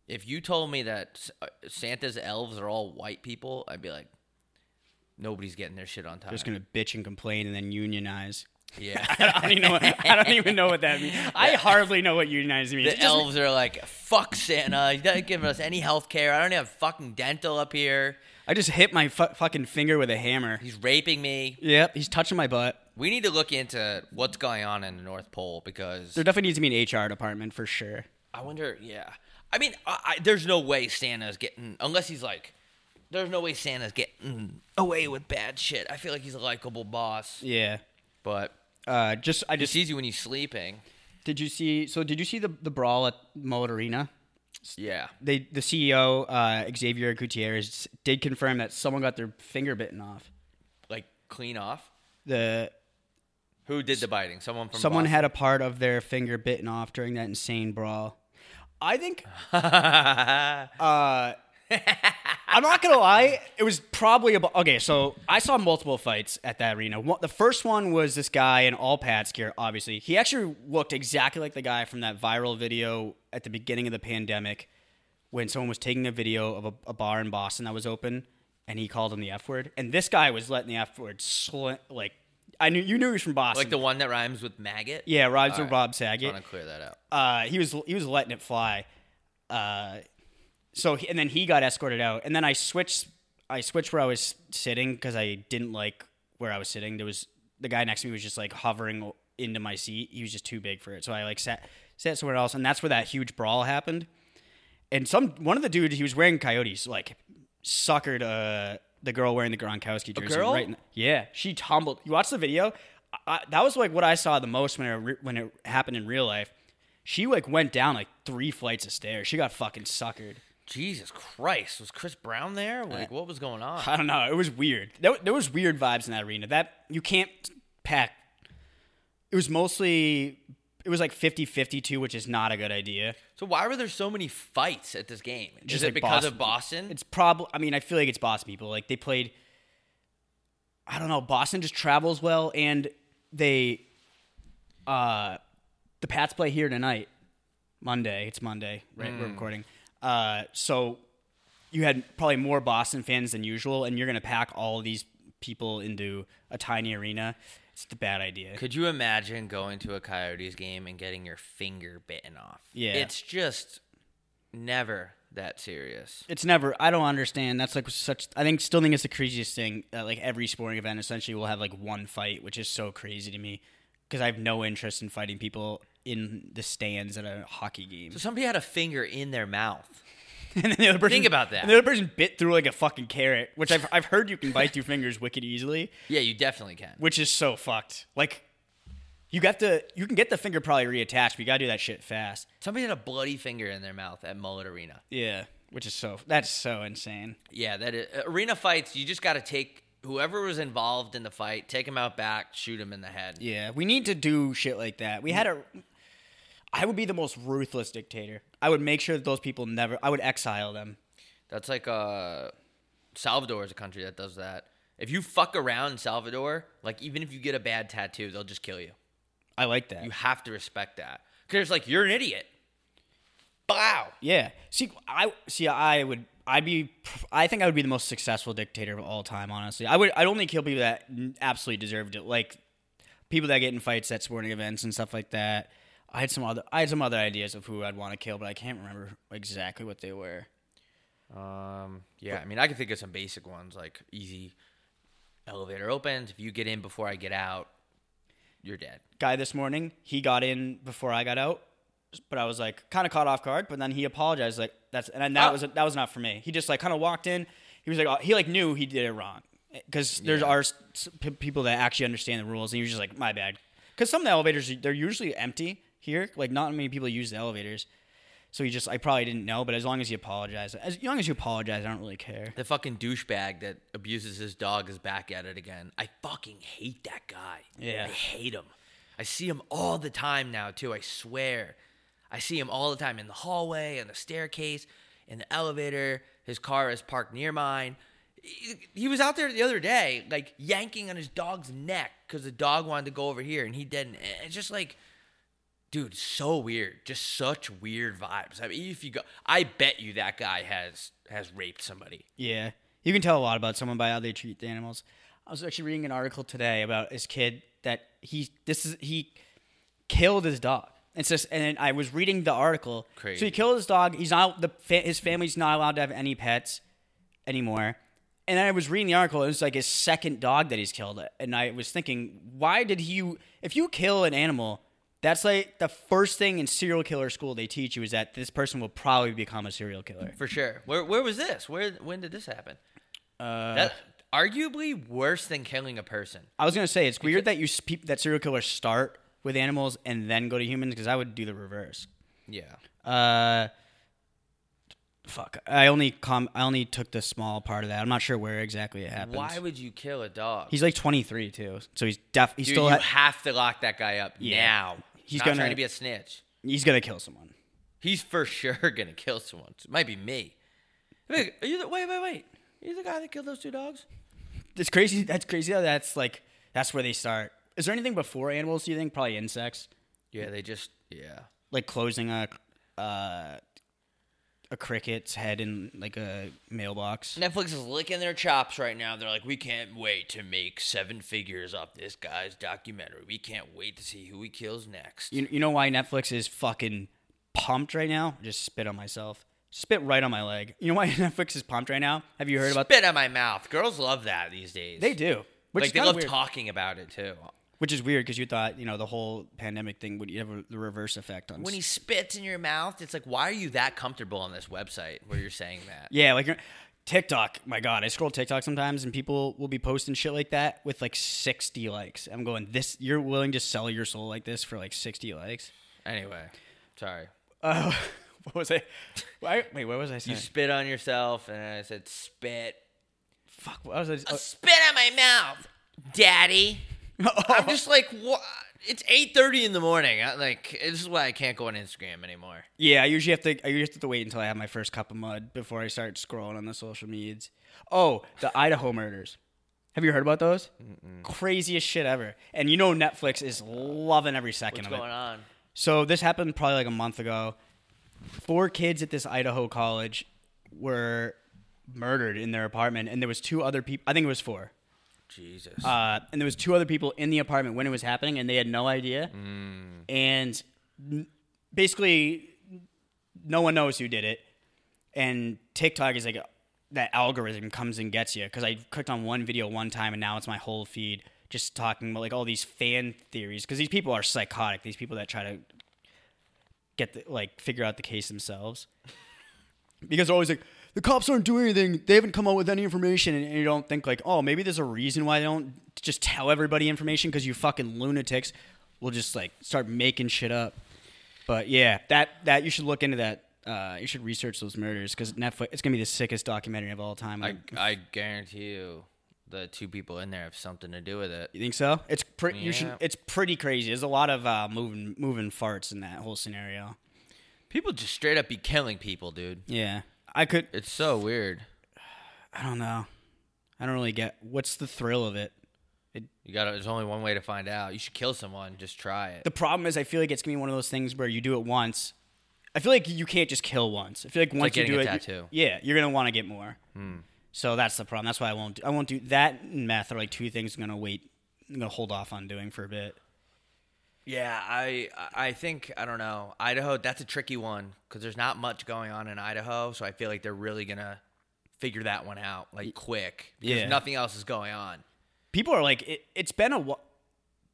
Speaker 2: if you told me that S- uh, Santa's elves are all white people, I'd be like, nobody's getting their shit on time.
Speaker 1: They're just gonna bitch and complain and then unionize. [laughs]
Speaker 2: yeah. [laughs]
Speaker 1: I don't even know. What, I don't even know what that means. [laughs] I hardly know what unionize means.
Speaker 2: The elves are like, fuck Santa. He's not giving us any health care. I don't have fucking dental up here.
Speaker 1: I just hit my fu- fucking finger with a hammer.
Speaker 2: He's raping me.
Speaker 1: Yep, he's touching my butt.
Speaker 2: We need to look into what's going on in the North Pole because
Speaker 1: There definitely needs to be an HR department for sure.
Speaker 2: I wonder, yeah. I mean, I, I, there's no way Santa's getting, unless he's like, there's no way Santa's getting away with bad shit. I feel like he's a likable boss.
Speaker 1: Yeah.
Speaker 2: But
Speaker 1: Uh, just I
Speaker 2: he
Speaker 1: just
Speaker 2: sees you when he's sleeping.
Speaker 1: did you see? So did you see the the brawl at Mullet Arena?
Speaker 2: Yeah.
Speaker 1: They the CEO uh, Xavier Gutierrez did confirm that someone got their finger bitten off.
Speaker 2: Like, clean off.
Speaker 1: The
Speaker 2: Who did the biting? Someone from
Speaker 1: someone
Speaker 2: Boston?
Speaker 1: had a part of their finger bitten off during that insane brawl. I
Speaker 2: [laughs]
Speaker 1: think Uh, I'm not gonna lie. It was probably about okay. So I saw multiple fights at that arena. One, the first one was this guy in all Pats gear. Obviously, he actually looked exactly like the guy from that viral video at the beginning of the pandemic, when someone was taking a video of a, a bar in Boston that was open, and he called him the F word. And this guy was letting the F word sl- like I knew you knew he was from Boston.
Speaker 2: Like the one that rhymes with maggot?
Speaker 1: yeah, Rob's
Speaker 2: All
Speaker 1: or
Speaker 2: right.
Speaker 1: Rob
Speaker 2: I
Speaker 1: Saget
Speaker 2: want to clear that out.
Speaker 1: uh, he was he was letting it fly. Uh, so he- and then he got escorted out, and then I switched I switched where I was sitting because I didn't like where I was sitting. There was the guy next to me was just like hovering into my seat. He was just too big for it, so I like sat sat somewhere else, and that's where that huge brawl happened. And some one of the dudes he was wearing coyotes like suckered uh, the girl wearing the Gronkowski jersey.
Speaker 2: girl?
Speaker 1: Right in the- yeah, she tumbled. You watch the video. I, I, that was like what I saw the most when it re- when it happened in real life. She like went down like three flights of stairs. She got fucking suckered.
Speaker 2: Jesus Christ, was Chris Brown there? Like, what was going on?
Speaker 1: [laughs] I don't know. It was weird. There, there was weird vibes in that arena. That you can't pack. It was mostly it was like 50-52, which is not a good idea.
Speaker 2: So why were there so many fights at this game? Is
Speaker 1: Just
Speaker 2: it
Speaker 1: like
Speaker 2: because of Boston?
Speaker 1: It's probably. I mean, I feel like it's Boston people. Like they played. I don't know. Boston just travels well, and they, uh, the Pats play here tonight, Monday. It's Monday, right? We're recording. Uh, so you had probably more Boston fans than usual, and you're gonna pack all these people into a tiny arena. It's a bad idea.
Speaker 2: Could you imagine going to a Coyotes game and getting your finger bitten off?
Speaker 1: Yeah.
Speaker 2: It's just never that serious.
Speaker 1: It's never. I don't understand. That's like such. I think still think it's the craziest thing. That like every sporting event essentially will have like one fight, which is so crazy to me because I have no interest in fighting people in the stands at a hockey game.
Speaker 2: So somebody had a finger in their mouth.
Speaker 1: [laughs] and then the other person,
Speaker 2: Think about that.
Speaker 1: And the other person bit through like a fucking carrot, which I've I've heard you can bite through fingers wicked easily,
Speaker 2: Yeah, you definitely can.
Speaker 1: which is so fucked. Like you got to you can get the finger probably reattached, but you gotta do that shit fast.
Speaker 2: Somebody had a bloody finger in their mouth at Mullet Arena.
Speaker 1: Yeah, which is so that's so insane.
Speaker 2: Yeah, that is, uh, arena fights. You just got to take whoever was involved in the fight, take them out back, shoot them in the head.
Speaker 1: Yeah, we need to do shit like that. We had a. I would be the most ruthless dictator. I would make sure that those people never. I would exile them.
Speaker 2: That's like uh Salvador is a country that does that. If you fuck around in Salvador, like even if you get a bad tattoo, they'll just kill you.
Speaker 1: I like that.
Speaker 2: You have to respect that. Cause it's like you're an idiot. Wow.
Speaker 1: Yeah. See, I see. I would. I'd be. I think I would be the most successful dictator of all time. Honestly, I would. I'd only kill people that absolutely deserved it, like people that get in fights at sporting events and stuff like that. I had some other. I had some other ideas of who I'd want to kill, but I can't remember exactly what they were.
Speaker 2: Um yeah, I mean I can think of some basic ones like easy elevator opens. If you get in before I get out, you're dead.
Speaker 1: guy this morning. He got in before I got out. but I was like kind of caught off guard. But then he apologized, like that's and then that
Speaker 2: Oh.
Speaker 1: was that was not for me. He just like kind of walked in. He was like oh, he like knew he did it wrong because there's
Speaker 2: Yeah.
Speaker 1: are s- s- p- people that actually understand the rules, and he was just like my bad. Because some of the elevators they're usually empty here, like not many people use the elevators. So he just I probably didn't know, but as long as he apologized, as long as you apologize, I don't really care.
Speaker 2: The fucking douchebag that abuses his dog is back at it again. I fucking hate that guy.
Speaker 1: Yeah.
Speaker 2: I hate him. I see him all the time now, too. I swear. I see him all the time in the hallway, on the staircase, in the elevator. His car is parked near mine. He- He was out there the other day, like yanking on his dog's neck because the dog wanted to go over here and he didn't. It's just like, dude, so weird. Just such weird vibes. I mean, if you go, I bet you that guy has has raped somebody.
Speaker 1: Yeah. You can tell a lot about someone by how they treat the animals. I was actually reading an article today about this kid that he this is he killed his dog. It's just, and I was reading the article. So
Speaker 2: Crazy.
Speaker 1: he killed his dog. He's not the fa- his family's not allowed to have any pets anymore. And then I was reading the article. It was like his second dog that he's killed. And I was thinking, why did you? If you kill an animal, that's like the first thing in serial killer school they teach you is that this person will probably become a serial killer.
Speaker 2: For sure. Where where was this? Where when did this happen? Uh, that arguably worse than killing a person.
Speaker 1: I was gonna say it's weird that you s- peop that serial killers start with animals and then go to humans because I would do the reverse.
Speaker 2: Yeah.
Speaker 1: Uh, fuck. I only com I only took the small part of that. I'm not sure where exactly it happens.
Speaker 2: Why would you kill a dog?
Speaker 1: he's like 23 too, so he's def he's
Speaker 2: Dude,
Speaker 1: still
Speaker 2: you
Speaker 1: ha-
Speaker 2: have to lock that guy up
Speaker 1: Yeah.
Speaker 2: now.
Speaker 1: He's
Speaker 2: He's not
Speaker 1: gonna-
Speaker 2: trying to be a snitch.
Speaker 1: he's gonna kill someone.
Speaker 2: He's for [laughs] sure gonna kill someone. It might be me. Wait, are you the, wait, wait, wait. Are you the guy that killed those two dogs?
Speaker 1: It's crazy. That's crazy. How that's like that's where they start. Is there anything before animals? Do you think probably insects
Speaker 2: Yeah, they just yeah.
Speaker 1: like closing a uh, a cricket's head in like a mailbox?
Speaker 2: Netflix is licking their chops right now. They're like, we can't wait to make seven figures off this guy's documentary. We can't wait to see who he kills next.
Speaker 1: You, you know why Netflix is fucking pumped right now? I Just spit on myself. Spit right on my leg. You know why [laughs] Netflix is pumped right now? Have you heard about
Speaker 2: spit out my mouth. Girls love that these days.
Speaker 1: They do. Which
Speaker 2: like
Speaker 1: is
Speaker 2: they
Speaker 1: kinda
Speaker 2: love
Speaker 1: weird.
Speaker 2: talking about it too.
Speaker 1: Which is weird because you thought, you know, the whole pandemic thing would have a- the reverse effect on
Speaker 2: When he
Speaker 1: s-
Speaker 2: spits in your mouth, it's like, why are you that comfortable on this website where you're saying that?
Speaker 1: [laughs] Yeah, like you're- TikTok. My God, I scroll TikTok sometimes and people will be posting shit like that with like 60 likes. I'm going, this, you're willing to sell your soul like this for like 60 likes? [laughs]
Speaker 2: Anyway, sorry.
Speaker 1: Oh, what was I? Why, wait, what was I
Speaker 2: You
Speaker 1: saying?
Speaker 2: spit on yourself, and I said, spit.
Speaker 1: Fuck, what was [laughs] I?
Speaker 2: Spit on my mouth, daddy.
Speaker 1: Oh.
Speaker 2: I'm just like, what? It's 8:30 in the morning. I, like, this is why I can't go on Instagram anymore.
Speaker 1: Yeah, I usually have to. I usually have to wait until I have my first cup of mud before I start scrolling on the social medias. Oh, the Idaho murders. Have you heard about those? Craziest shit ever. And you know Netflix is loving every second of
Speaker 2: What's
Speaker 1: it.
Speaker 2: going on?
Speaker 1: So this happened probably like a month ago. Four kids at this Idaho college were murdered in their apartment, and there was two other people. I think it was four.
Speaker 2: Jesus.
Speaker 1: Uh, and there was two other people in the apartment when it was happening, and they had no idea. And n- basically, no one knows who did it. And TikTok is like uh, that algorithm comes and gets you because I clicked on one video one time, and now it's my whole feed just talking about like all these fan theories because these people are psychotic. These people that try to get the, like figure out the case themselves [laughs] because they're always like the cops aren't doing anything they haven't come out with any information and, and you don't think like oh maybe there's a reason why they don't just tell everybody information because you fucking lunatics will just like start making shit up but yeah that that you should look into that uh, you should research those murders because netflix it's gonna be the sickest documentary of all time
Speaker 2: I, I guarantee you, the two people in there have something to do with it.
Speaker 1: you think so it's pretty you should
Speaker 2: Yeah.
Speaker 1: it's pretty crazy there's a lot of uh, moving moving farts in that whole scenario
Speaker 2: People just straight up be killing people, dude.
Speaker 1: yeah i could
Speaker 2: It's so weird.
Speaker 1: i don't know i don't really get what's the thrill of it
Speaker 2: You got to There's only one way to find out. You should kill someone. Just try it.
Speaker 1: the problem is I feel like it's gonna be one of those things where you do it once. I feel like you can't just kill once. I feel like once you
Speaker 2: getting
Speaker 1: do
Speaker 2: a
Speaker 1: it,
Speaker 2: tattoo. Hmm.
Speaker 1: You, yeah, you're gonna want to get more. So that's the problem. That's why I won't. Do, I won't do that. And meth are like two things I'm gonna wait. I'm gonna hold off on doing for a bit.
Speaker 2: Yeah, I I think I don't know Idaho. That's a tricky one because there's not much going on in Idaho, so I feel like they're really gonna figure that one out like quick. because
Speaker 1: Yeah.
Speaker 2: nothing else is going on.
Speaker 1: People are like, it, it's been a. wh-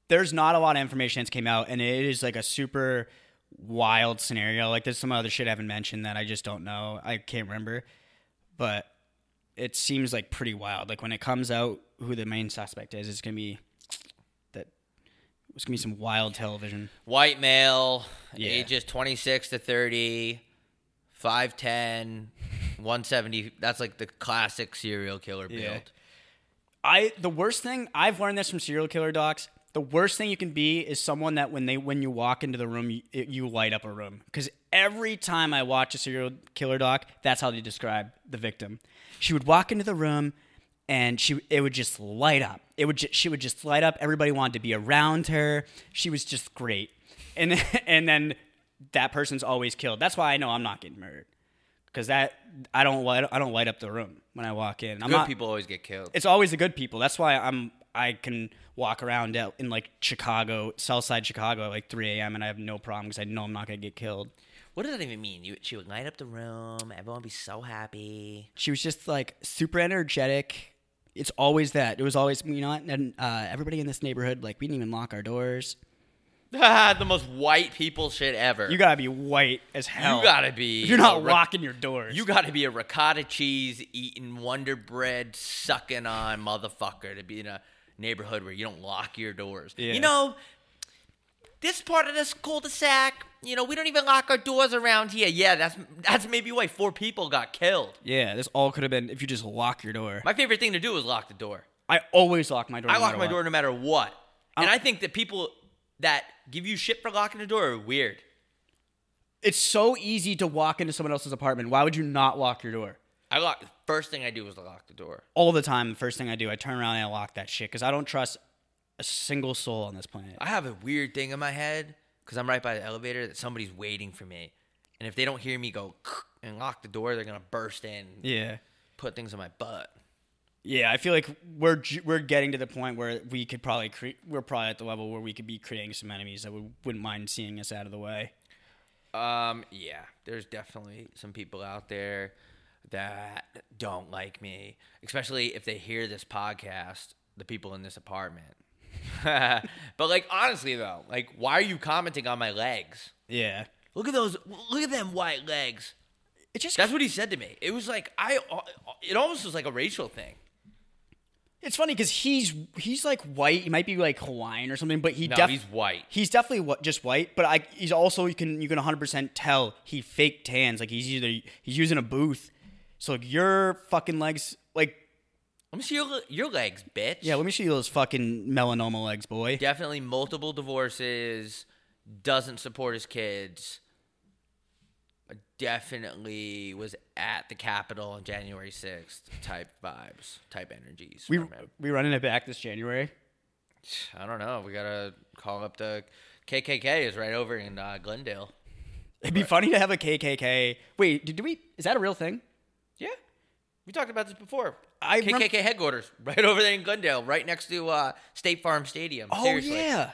Speaker 1: There's not a lot of information that's came out, and it is like a super wild scenario. Like there's some other shit I haven't mentioned that I just don't know. I can't remember, but it seems like pretty wild. Like when it comes out who the main suspect is, it's gonna be that it's gonna be some wild television.
Speaker 2: White male,
Speaker 1: Yeah.
Speaker 2: ages 26 to 30, 5'10, 170. That's like the classic serial killer build.
Speaker 1: Yeah. I the worst thing I've learned this from serial killer docs. The worst thing you can be is someone that when they when you walk into the room you, it- you light up a room because every time I watch a serial killer doc, that's how they describe the victim. She would walk into the room and she it would just light up. It would ju- she would just light up. Everybody wanted to be around her. She was just great, and and then [laughs] that person's always killed. That's why I know I'm not getting murdered because that I don't light I don't light up the room when I walk in. I'm
Speaker 2: Good
Speaker 1: not,
Speaker 2: people always get killed.
Speaker 1: it's always the good people. That's why I'm I can walk around out in like Chicago, Southside Chicago, at like 3 a.m. and I have no problem because I know I'm not gonna get killed.
Speaker 2: What does that even mean? You, she would light up the room. Everyone would be so happy.
Speaker 1: She was just like super energetic. It's always that. It was always you know what? and uh, everybody in this neighborhood like we didn't even lock our doors.
Speaker 2: [laughs] the most white people shit ever.
Speaker 1: You gotta be white as hell.
Speaker 2: gotta be
Speaker 1: If you're not
Speaker 2: a re-
Speaker 1: locking your doors.
Speaker 2: You got to be a ricotta cheese eating Wonder Bread sucking on motherfucker to be in a neighborhood where you don't lock your doors.
Speaker 1: Yeah.
Speaker 2: You know, this part of this cul-de-sac, you know, we don't even lock our doors around here. Yeah, that's that's maybe why four people got killed.
Speaker 1: yeah, this all could have been if you just lock your door.
Speaker 2: My favorite thing to do is lock the door.
Speaker 1: I always lock my door.
Speaker 2: I
Speaker 1: no
Speaker 2: lock
Speaker 1: matter
Speaker 2: my
Speaker 1: what.
Speaker 2: door no matter what. And
Speaker 1: I'm-
Speaker 2: I think that people that give you shit for locking the door are weird.
Speaker 1: It's so easy to walk into someone else's apartment. Why would you not lock your door?
Speaker 2: I lock the first thing I do is lock the door.
Speaker 1: all the time. The first thing I do, I turn around and I lock that shit because I don't trust a single soul on this planet.
Speaker 2: I have a weird thing in my head because I'm right by the elevator that somebody's waiting for me, and if they don't hear me go [laughs] and lock the door, they're gonna burst in, and
Speaker 1: Yeah,
Speaker 2: put things in my butt.
Speaker 1: yeah. I feel like we're ju- we're getting to the point where we could probably cre- we're probably at the level where we could be creating some enemies that would, wouldn't mind seeing us out of the way.
Speaker 2: Um, yeah, there's definitely some people out there that don't like me, especially if they hear this podcast. The people in this apartment. [laughs] but like, honestly though, like, why are you commenting on my legs?
Speaker 1: Yeah,
Speaker 2: Look at those! Look at them white legs.
Speaker 1: it just
Speaker 2: That's what he said to me. It was like I. It almost was like a racial thing.
Speaker 1: it's funny because he's he's like white. He might be like Hawaiian or something, but he
Speaker 2: No,
Speaker 1: definitely
Speaker 2: he's white.
Speaker 1: He's definitely what just white, but I he's also you can you can 100% tell he fake tans. Like he's either he's using a booth. So like your fucking legs like
Speaker 2: Let me see your, your legs, bitch.
Speaker 1: Yeah, let me show you those fucking melanoma legs, boy.
Speaker 2: Definitely multiple divorces, doesn't support his kids. Definitely was at the Capitol on January 6th type vibes, type energies.
Speaker 1: we
Speaker 2: from him.
Speaker 1: we running it back this January.
Speaker 2: I don't know. We got to call up the KKK is right over in uh, Glendale.
Speaker 1: It'd be funny to have a KKK. Wait, did we? Is that a real thing?
Speaker 2: Yeah. We talked about this before.
Speaker 1: I rem-
Speaker 2: KKK headquarters [laughs] right over there in Glendale, right next to uh, State Farm Stadium.
Speaker 1: Oh
Speaker 2: Seriously.
Speaker 1: yeah.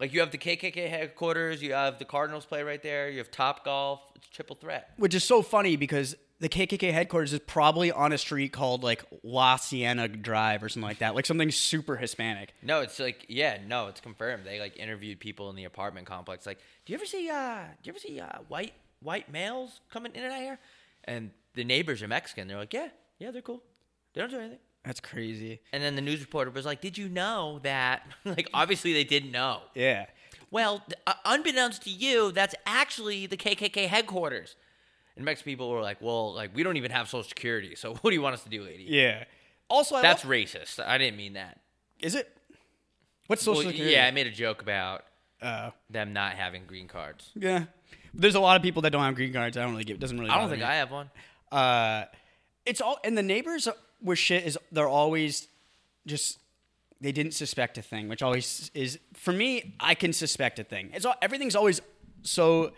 Speaker 2: Like you have the KKK headquarters, you have the Cardinals play right there, you have Top Golf, it's triple threat.
Speaker 1: Which is so funny because the KKK headquarters is probably on a street called like La Siena Drive or something like that, like something super Hispanic.
Speaker 2: No, it's like yeah, no, it's confirmed. They like interviewed people in the apartment complex. Like, do you ever see uh, do you ever see uh, white white males coming in and out here? And the neighbors are Mexican. They're like, yeah, yeah, they're cool. They don't do anything.
Speaker 1: That's crazy.
Speaker 2: And then the news reporter was like, did you know that? [laughs] like, obviously they didn't know.
Speaker 1: Yeah.
Speaker 2: Well, th- uh, unbeknownst to you, that's actually the KKK headquarters. And Mexican people were like, well, like, we don't even have Social Security, so [laughs] what do you want us to do, lady?
Speaker 1: Yeah. Also, I
Speaker 2: That's
Speaker 1: love-
Speaker 2: racist. I didn't mean that.
Speaker 1: is it. What's social
Speaker 2: Well,
Speaker 1: security?
Speaker 2: yeah, I made a joke about
Speaker 1: Uh,
Speaker 2: them not having green cards.
Speaker 1: yeah. There's a lot of people that don't have green cards. I don't really give. It doesn't really.
Speaker 2: I don't
Speaker 1: bother
Speaker 2: think
Speaker 1: me.
Speaker 2: I have one.
Speaker 1: uh, it's all and the neighbors were shit is they're always just they didn't suspect a thing which always is for me i can suspect a thing it's all everything's always so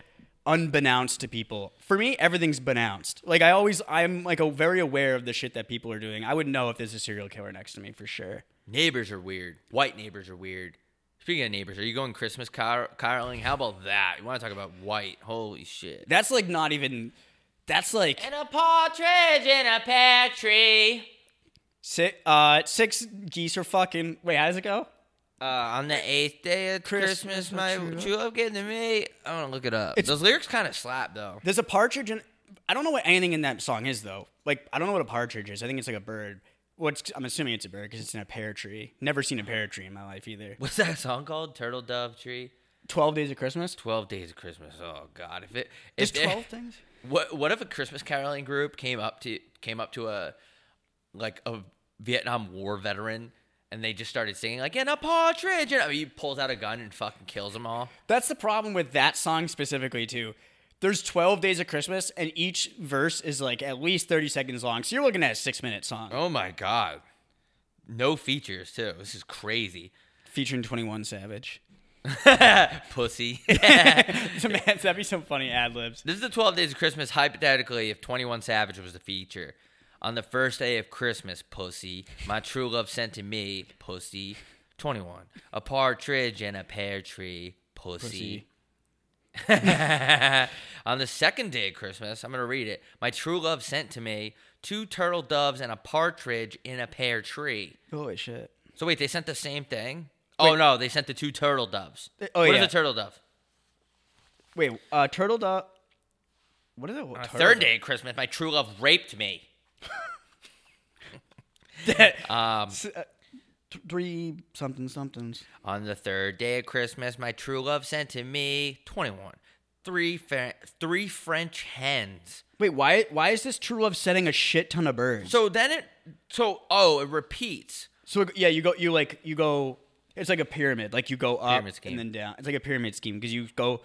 Speaker 1: unbeknownst to people for me everything's benounced like i always i'm like a very aware of the shit that people are doing i would know if there's a serial killer next to me for sure
Speaker 2: Neighbors are weird. White neighbors are weird. Speaking of neighbors, are you going Christmas car- caroling? How about that? You want to talk about white? Holy shit.
Speaker 1: that's like not even that's like
Speaker 2: And a partridge in a pear tree.
Speaker 1: six uh six geese are fucking wait how does it go
Speaker 2: Uh, on the eighth day of Christmas,
Speaker 1: Christmas, my
Speaker 2: my
Speaker 1: true love.
Speaker 2: true love gave to me. I want to look it up. Those lyrics kind of slap though. [laughs]
Speaker 1: There's a partridge in. I don't know what anything in that song is though. Like I don't know what a partridge is. I think it's like a bird. What's I'm assuming it's a bird because it's in a pear tree. Never seen a pear tree in my life either.
Speaker 2: What's that song called? Turtle Dove Tree.
Speaker 1: Twelve days of Christmas.
Speaker 2: Twelve Days of Christmas. Oh God, if it
Speaker 1: There's
Speaker 2: if it-
Speaker 1: [laughs] twelve things.
Speaker 2: What what if a Christmas caroling group came up to came up to a like a Vietnam War veteran and they just started singing like in a partridge and I mean, he pulls out a gun and fucking kills them all.
Speaker 1: That's the problem with that song specifically too. There's 12 days of Christmas and each verse is like at least 30 seconds long. So you're looking at a 6-minute song
Speaker 2: Oh my god. No features too. This is crazy.
Speaker 1: featuring 21 [laughs] Savage.
Speaker 2: Pussy. [laughs]
Speaker 1: So, man, that'd be some funny ad-libs.
Speaker 2: This is the 12 Days of Christmas, hypothetically, if 21 Savage was the feature. On the first day of Christmas, pussy, my true love sent to me, pussy, 21. A partridge and a pear tree, pussy. On the second day of Christmas, I'm going to read it. My true love sent to me two turtle doves and a partridge in a pear tree.
Speaker 1: Holy shit.
Speaker 2: So wait, they sent the same thing? Oh no, they sent the two turtle doves.
Speaker 1: They- oh,
Speaker 2: What is
Speaker 1: yeah.
Speaker 2: a turtle dove?
Speaker 1: Wait, uh, Turtle Dove. What is it?
Speaker 2: On the third day of Christmas, my true love raped me.
Speaker 1: [laughs] Um, uh, Three something somethings.
Speaker 2: On the third day of Christmas, my true love sent to me 21. Three, Fre- three French hens.
Speaker 1: Wait, why why is this True Love setting a shit ton of birds?
Speaker 2: So then it, so, oh, it repeats.
Speaker 1: So yeah, you go you like you go it's like a pyramid. Like you go up
Speaker 2: Pyramid scheme.
Speaker 1: and then down. It's like a pyramid scheme because you go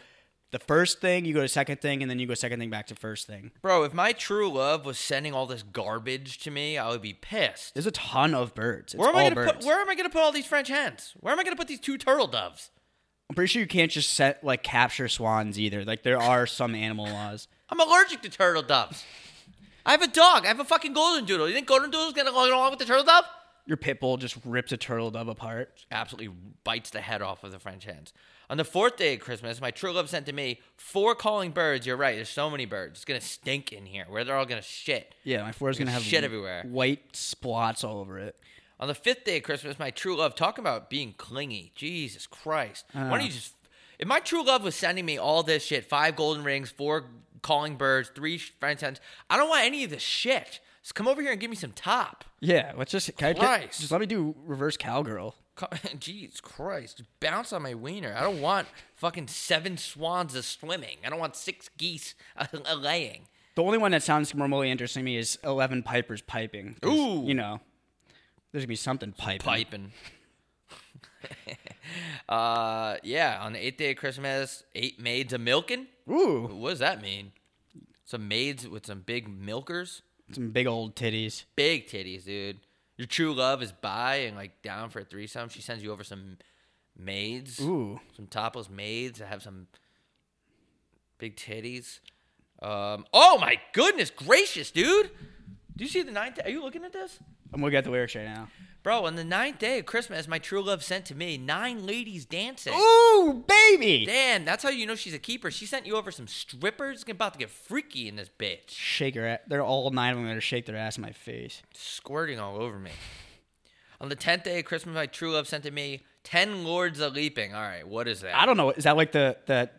Speaker 1: the first thing, you go to second thing, and then you go second thing back to first thing.
Speaker 2: Bro, if my true love was sending all this garbage to me, I would be pissed.
Speaker 1: There's a ton of birds. It's
Speaker 2: Where am, I
Speaker 1: all
Speaker 2: gonna
Speaker 1: birds.
Speaker 2: put, where am I gonna put all these French hens? Where am I gonna put these two turtle doves?
Speaker 1: I'm pretty sure you can't just set like capture swans either. Like there are some animal laws.
Speaker 2: I'm allergic to turtle doves. I have a dog. I have a fucking golden doodle. You think golden doodle's gonna go along with the turtle dove?
Speaker 1: Your pit bull just rips a turtle dove apart.
Speaker 2: absolutely bites the head off of the French hens. On the fourth day of Christmas, my true love sent to me four calling birds. You're right. There's so many birds. It's gonna stink in here. Where they're all gonna shit.
Speaker 1: Yeah, my floor's gonna have
Speaker 2: Shit everywhere.
Speaker 1: White splots all over it.
Speaker 2: On the fifth day of Christmas, my true love talking about being clingy. Jesus Christ. Why don't you just? If my true love was sending me all this shit, five golden rings, four calling birds, three French hens, I don't want any of this shit. Just come over here and give me some top.
Speaker 1: Yeah, let's just can I ta-
Speaker 2: Christ.
Speaker 1: just let me do reverse cowgirl.
Speaker 2: [laughs] Co- Jeez Christ, bounce on my wiener. I don't want fucking seven swans a swimming. I don't want six geese a, a laying.
Speaker 1: The only one that sounds morally interesting to me is Eleven Pipers piping. 'Cause,
Speaker 2: Ooh.
Speaker 1: you know, there's gonna be something piping.
Speaker 2: Piping. [laughs] uh, yeah, on the eighth day of Christmas, eight maids a milking.
Speaker 1: Ooh,
Speaker 2: What does that mean? Some maids with some big milkers,
Speaker 1: some big old titties.
Speaker 2: big titties, dude. Your true love is by and like down for a threesome. She sends you over some maids.
Speaker 1: Ooh,
Speaker 2: some topless maids that have some big titties. Um, oh my goodness gracious, dude! Do you see the ninth? Are you looking at this,
Speaker 1: I'm looking at the lyrics right now.
Speaker 2: bro? On the ninth day of Christmas, my true love sent to me nine ladies dancing.
Speaker 1: Ooh, baby.
Speaker 2: Damn, that's how you know she's a keeper. She sent you over some strippers. It's about to get freaky in this bitch,
Speaker 1: Shake her. Ass. They're all nine of them gonna shake their ass in my face.
Speaker 2: squirting all over me. [laughs] On the tenth day of Christmas, my true love sent to me ten lords a leaping. All right, what is that?
Speaker 1: I don't know. Is that like the that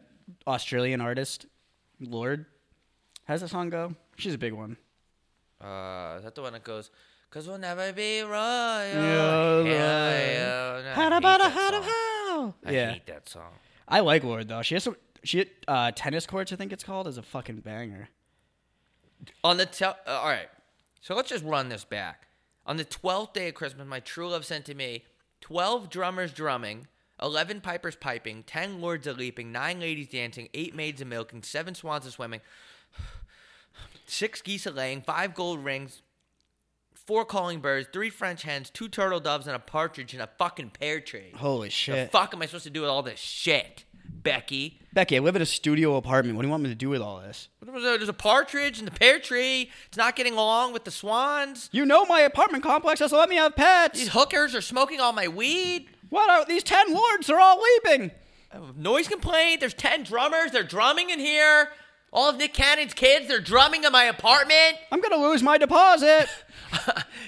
Speaker 1: Australian artist, Lord? How's that song go? She's a big one.
Speaker 2: Uh, is that the one that goes? Cause we'll never be royal.
Speaker 1: Yeah,
Speaker 2: Hell yeah. I, hate that song. I
Speaker 1: Yeah,
Speaker 2: hate that song.
Speaker 1: I like Lord though. She has some. She uh, tennis courts. I think it's called is a fucking banger.
Speaker 2: On the tel- uh, all right, so let's just run this back. On the twelfth day of Christmas, my true love sent to me twelve drummers drumming, eleven pipers piping, ten lords a leaping, nine ladies dancing, eight maids a milking, seven swans a swimming, six geese a laying, five gold rings, four calling birds, three French hens, two turtle doves, and a partridge in a fucking pear tree.
Speaker 1: Holy
Speaker 2: The
Speaker 1: shit.
Speaker 2: fuck am I supposed to do with all this shit, Becky?
Speaker 1: Becky, I live in a studio apartment. What do you want me to do with all this?
Speaker 2: What was that? There's a partridge in the pear tree. It's not getting along with the swans.
Speaker 1: You know my apartment complex doesn't let me have
Speaker 2: These
Speaker 1: pets.
Speaker 2: hookers are smoking all my weed.
Speaker 1: What are these ten lords? They're all leaping.
Speaker 2: I have a Noise complaint. There's ten drummers. They're drumming in here. All of Nick Cannon's kids, they're drumming in my apartment.
Speaker 1: I'm gonna lose my [laughs] deposit.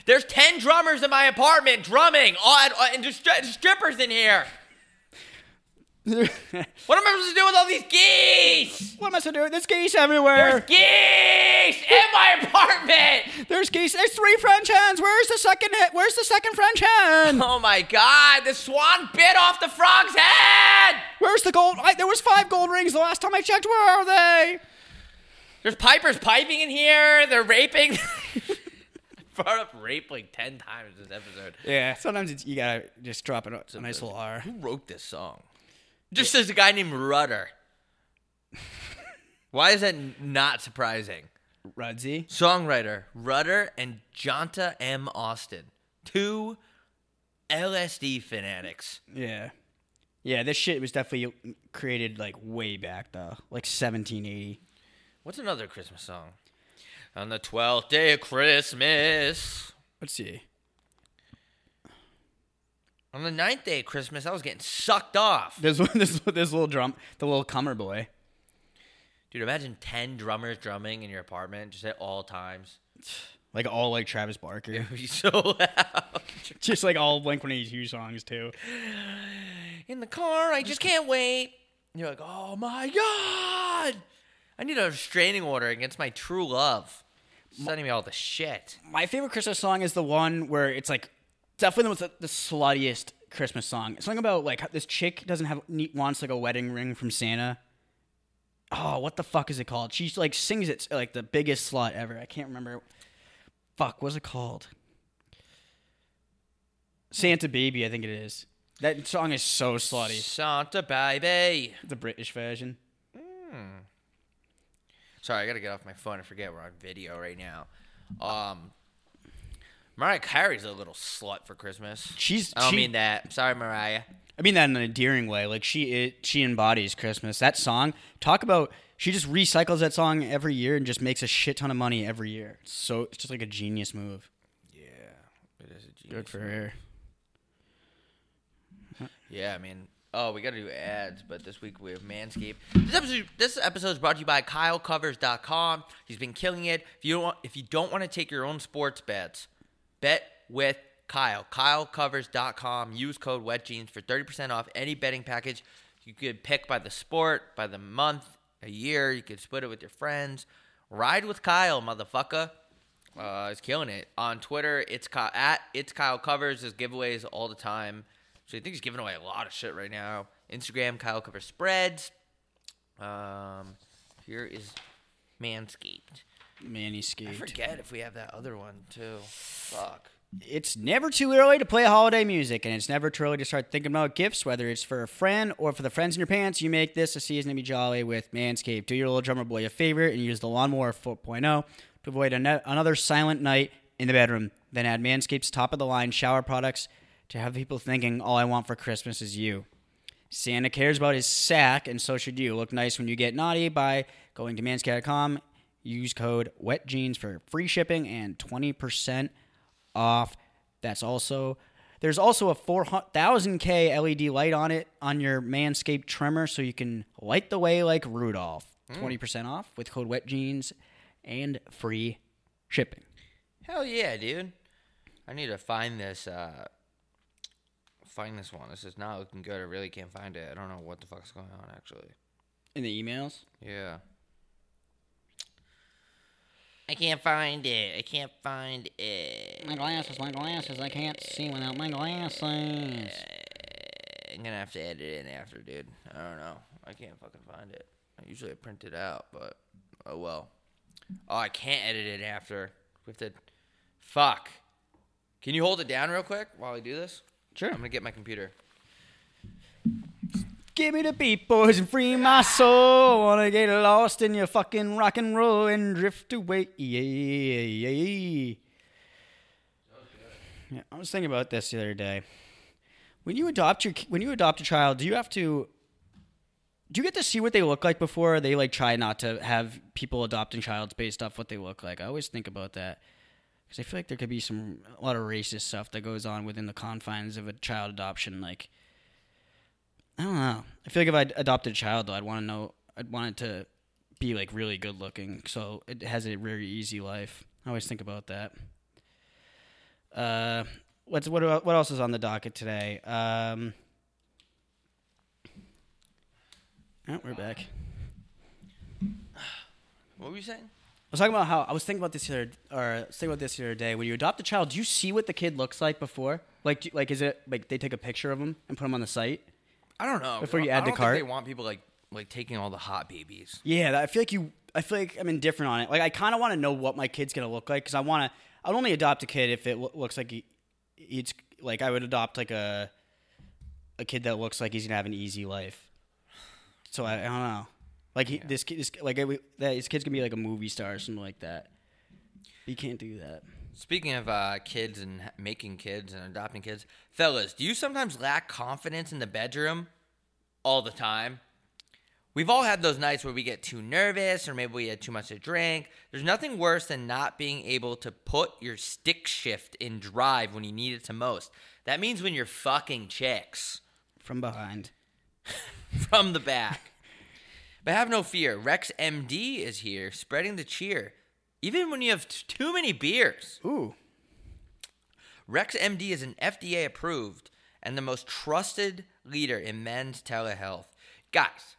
Speaker 2: There's 10 drummers in my apartment drumming, all, and, and there's stri- strippers in here. What am I supposed to do with all these geese?
Speaker 1: what am I supposed to do? There's geese everywhere.
Speaker 2: There's geese in my apartment.
Speaker 1: There's geese. There's three French hens. Where's the second? he- Where's the second French [laughs] hen?
Speaker 2: Oh my god, the swan bit off the frog's head.
Speaker 1: Where's the gold? I, there was five gold rings the last time I checked. Where are they?
Speaker 2: There's pipers piping in here. They're raping. [laughs] I brought up rape like 10 times this episode.
Speaker 1: Yeah. Sometimes it's, you gotta just drop it a a nice little R.
Speaker 2: Who wrote this song? Just says a guy named [laughs] Rudder. Why is that n- not surprising?
Speaker 1: Rudsy.
Speaker 2: Songwriter Rudder and Jonta M. Austin, two LSD fanatics.
Speaker 1: Yeah. Yeah. This shit was definitely created like way back though, like 1780.
Speaker 2: What's another Christmas song? On the twelfth day of Christmas.
Speaker 1: Let's see.
Speaker 2: On the ninth day of Christmas, I was getting sucked off.
Speaker 1: There's one- this [laughs] this little drum, the little cummer boy.
Speaker 2: Dude, imagine 10 drummers drumming in your apartment just at all times. [laughs]
Speaker 1: Like all like Travis Barker, [laughs]
Speaker 2: It would be so [laughs] loud.
Speaker 1: just like all Blink 182 songs too.
Speaker 2: In the car, I just can't wait. And you're like, oh my God. I need a restraining order against my true love. Sending me all the shit.
Speaker 1: My favorite Christmas song is the one where it's like definitely the, most- the sluttiest Christmas song. It's something about like how this chick doesn't have ne- wants like a wedding ring from Santa. Oh, what the fuck is it called? She like sings it like the biggest slut ever. I can't remember. Fuck, what's it called? Santa Baby, I think it is. That song is so slutty.
Speaker 2: Santa baby.
Speaker 1: The British version.
Speaker 2: Sorry, I gotta get off my phone. I forget we're on video right now. Um, Mariah Carey's a little slut for Christmas.
Speaker 1: She's-
Speaker 2: I don't
Speaker 1: she-
Speaker 2: mean that. Sorry, Mariah.
Speaker 1: I mean that in an endearing way. Like she it, she embodies Christmas. That song, talk about she just recycles that song every year and just makes a shit ton of money every year. It's so it's just like a genius move.
Speaker 2: Yeah, it is a genius.
Speaker 1: Good for her.
Speaker 2: Yeah, I mean, oh, we got to do ads, but this week we have Manscaped. This episode, this episode is brought to you by KyleCovers.com. He's been killing it. If you don't, want, if you don't want to take your own sports bets, bet with Kyle. KyleCovers.com. Use code WetJeans for thirty percent off any betting package. You could pick by the sport, by the month, a year. You could split it with your friends. Ride with Kyle, motherfucker. Uh, he's killing it on Twitter. It's Kyle, at it's Kyle covers his giveaways all the time. So I think he's giving away a lot of shit right now. Instagram Kyle covers spreads. Um, here is Manscaped.
Speaker 1: Manny
Speaker 2: I
Speaker 1: skate.
Speaker 2: forget if we have that other one too. Fuck.
Speaker 1: It's never too early to play holiday music, and it's never too early to start thinking about gifts, whether it's for a friend or for the friends in your pants. You make this a season to be jolly with Manscaped. Do your little drummer boy a favor and use the Lawnmower 4.0 to avoid ano- another silent night in the bedroom. Then add Manscaped's top of the line shower products to have people thinking, All I want for Christmas is you. Santa cares about his sack, and so should you. Look nice when you get naughty by going to manscaped.com. Use code WETJEANS for free shipping and 20% off. That's also there's also a 4,000 k LED light on it on your Manscaped trimmer, so you can light the way like Rudolph. 20% off with code WETJEANS and free shipping.
Speaker 2: Hell yeah, dude. I need to find this. uh Find this one. This is not looking good. I really can't find it. I don't know what the fuck's going on actually.
Speaker 1: In the emails,
Speaker 2: Yeah. I can't find it. I can't find it.
Speaker 1: my glasses, my glasses. I can't see without my glasses.
Speaker 2: I'm gonna have to edit it in after, dude. I don't know. I can't fucking find it. I usually print it out, but oh well. Oh, I can't edit it after. We have to. Fuck. Can you hold it down real quick while I do this?
Speaker 1: Sure.
Speaker 2: I'm gonna get my computer.
Speaker 1: Give me the beat, boys, and free my soul. Wanna get lost in your fucking rock and roll and drift away. Yeah, yeah, yeah. Yeah, I was thinking about this the other day. When you adopt your when you adopt a child, do you have to do you get to see what they look like before they like try not to have people adopting childs based off what they look like? I always think about that because I feel like there could be some a lot of racist stuff that goes on within the confines of a child adoption, like. I don't know. I feel like if I adopted a child, though, I'd want to know. I'd want it to be like really good looking. So it has a very easy life. I always think about that. Uh, what's what about- what else is on the docket today? Um, oh, we're back.
Speaker 2: What were you saying?
Speaker 1: I was talking about how I was thinking about this the other, or I was thinking about this the other day. When you adopt a child, do you see what the kid looks like before? Like, do, like is it like they take a picture of him and put him on the site?
Speaker 2: I don't know.
Speaker 1: Before you
Speaker 2: I
Speaker 1: add to
Speaker 2: don't
Speaker 1: cart?
Speaker 2: think they want people like like taking all the hot babies.
Speaker 1: Yeah, that- I feel like you. I feel like I'm indifferent on it. Like I kind of want to know what my kid's gonna look like because I want to. I'd only adopt a kid if it lo- looks like he, it's like I would adopt like a a kid that looks like he's gonna have an easy life. So I, I don't know. Like he, this kid, this, like I, that his kid's gonna be like a movie star or something like that. You can't do that.
Speaker 2: Speaking of uh, kids and h- making kids and adopting kids, fellas, do you sometimes lack confidence in the bedroom all the time? We've all had those nights where we get too nervous or maybe we had too much to drink. There's nothing worse than not being able to put your stick shift in drive when you need it the most. That means when you're fucking chicks [laughs]
Speaker 1: From behind.
Speaker 2: from the back. but have no fear, Rex MD is here spreading the cheer, even when you have t- too many beers.
Speaker 1: Ooh.
Speaker 2: Rex MD is an FDA approved and the most trusted leader in men's telehealth. Guys,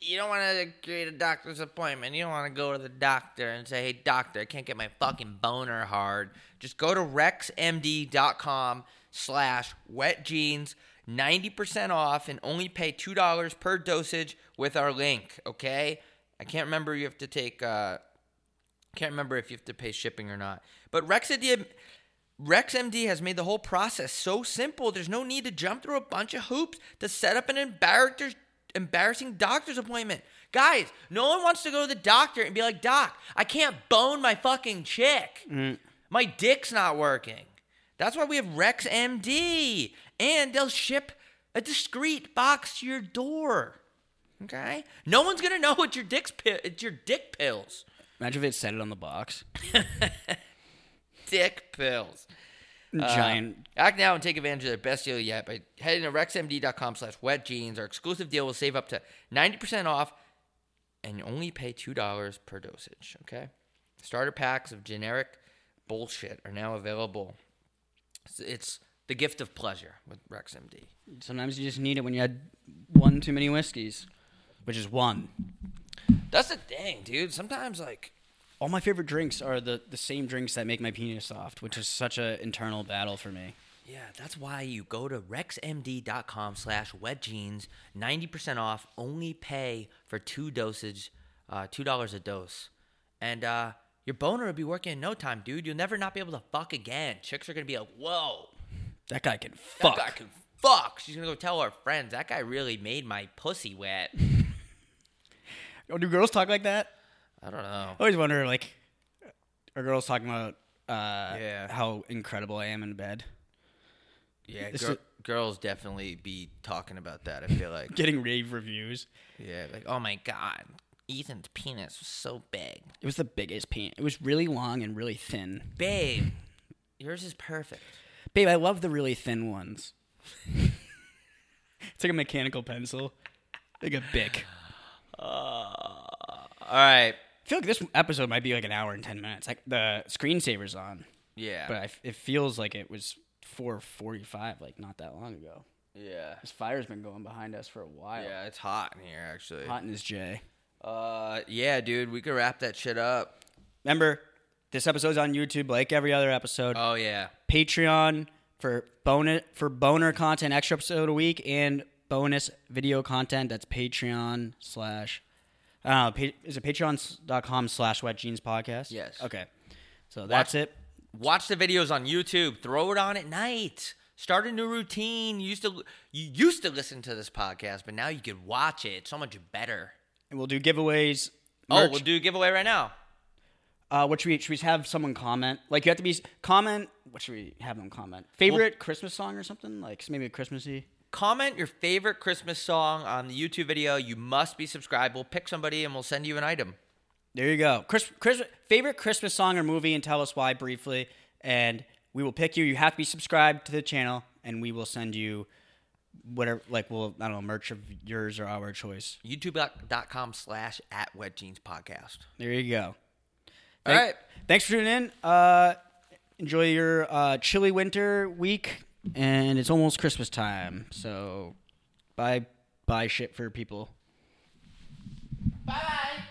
Speaker 2: you don't want to create a doctor's appointment. You don't want to go to the doctor and say, hey, doctor, I can't get my fucking boner hard. Just go to rexmd.com slash wet jeans, 90% off, and only pay $2 per dosage with our link, okay? I can't remember you have to take, uh, can't remember if you have to pay shipping or not. But Rexadia, RexMD has made the whole process so simple. There's no need to jump through a bunch of hoops to set up an embarrassing, embarrassing doctor's appointment. Guys, no one wants to go to the doctor and be like, Doc, I can't bone my fucking chick. My dick's not working. That's why we have RexMD. And they'll ship a discreet box to your door. Okay? No one's gonna know it's your dick's pi- it's your dick pills
Speaker 1: Imagine if it said it on the box.
Speaker 2: dick pills.
Speaker 1: Uh, Giant.
Speaker 2: Act now and take advantage of their best deal yet by heading to rexmd.com slash wet jeans. Our exclusive deal will save up to 90% off and you only pay $2 per dosage, okay? Starter packs of generic bullshit are now available. It's, it's the gift of pleasure with RexMD.
Speaker 1: Sometimes you just need it when you had one too many whiskeys, which is one.
Speaker 2: That's the thing, dude. Sometimes, like,
Speaker 1: All my favorite drinks are the, the same drinks that make my penis soft, which is such an internal battle for me.
Speaker 2: Yeah, that's why you go to rexmd.com slash wetjeans, 90% off, only pay for two dosage, uh, $2 a dose. And uh, your boner will be working in no time, dude. You'll never not be able to fuck again. Chicks are going to be like, whoa,
Speaker 1: That guy can
Speaker 2: that
Speaker 1: fuck.
Speaker 2: guy can fuck. She's going to go tell her friends, that guy really made my pussy wet.
Speaker 1: Oh, do girls talk like that?
Speaker 2: I don't know.
Speaker 1: [laughs] I always wonder, like, are girls talking about uh,
Speaker 2: Yeah.
Speaker 1: how incredible I am in bed?
Speaker 2: Yeah,
Speaker 1: This
Speaker 2: gir-
Speaker 1: is-
Speaker 2: girls definitely be talking about that, I feel like.
Speaker 1: Getting rave reviews.
Speaker 2: yeah, like, oh my God, Ethan's penis was so big.
Speaker 1: It was the biggest pain. It was really long and really thin.
Speaker 2: Babe, yours is perfect.
Speaker 1: Babe, I love the really thin ones. [laughs] it's like a mechanical pencil, like a bic.
Speaker 2: All right.
Speaker 1: I feel like this episode might be like an hour and ten minutes. Like the screensaver's on,
Speaker 2: Yeah.
Speaker 1: but I f it feels like it was four forty-five, like not that long ago.
Speaker 2: yeah.
Speaker 1: This fire's been going behind us for a while.
Speaker 2: Yeah, it's hot in here actually.
Speaker 1: Hot in his J.
Speaker 2: Uh yeah, dude, we could wrap that shit up.
Speaker 1: Remember, this episode's on YouTube like every other episode.
Speaker 2: Oh yeah.
Speaker 1: Patreon for bonus for boner content, extra episode a week, and bonus video content. That's Patreon slash. Uh, pa- is it patreon.com slash wet jeans podcast?
Speaker 2: Yes.
Speaker 1: Okay. So that's it.
Speaker 2: Watch the videos on YouTube. Throw it on at night. Start a new routine. You used to you used to listen to this podcast, but now you could watch it. It's so much better.
Speaker 1: And we'll do giveaways.
Speaker 2: Oh,
Speaker 1: merch.
Speaker 2: we'll do a giveaway right now.
Speaker 1: Uh, what should we, should we have someone comment? Like, you have to be, comment, what should we have them comment? Favorite Christmas song or something? Like, maybe a Christmassy?
Speaker 2: Comment your favorite Christmas song on the YouTube video. You must be subscribed. We'll pick somebody and we'll send you an item.
Speaker 1: There you go. Chris, Chris, favorite Christmas song or movie, and tell us why briefly. And we will pick you. You have to be subscribed to the channel, and we will send you whatever like well I don't know merch of yours or our choice.
Speaker 2: YouTube.com slash at Wet Jeans Podcast.
Speaker 1: There you go.
Speaker 2: All right.
Speaker 1: Thanks for tuning in. Uh, enjoy your uh, chilly winter week, and it's almost Christmas time, so buy buy shit for people.
Speaker 2: Bye.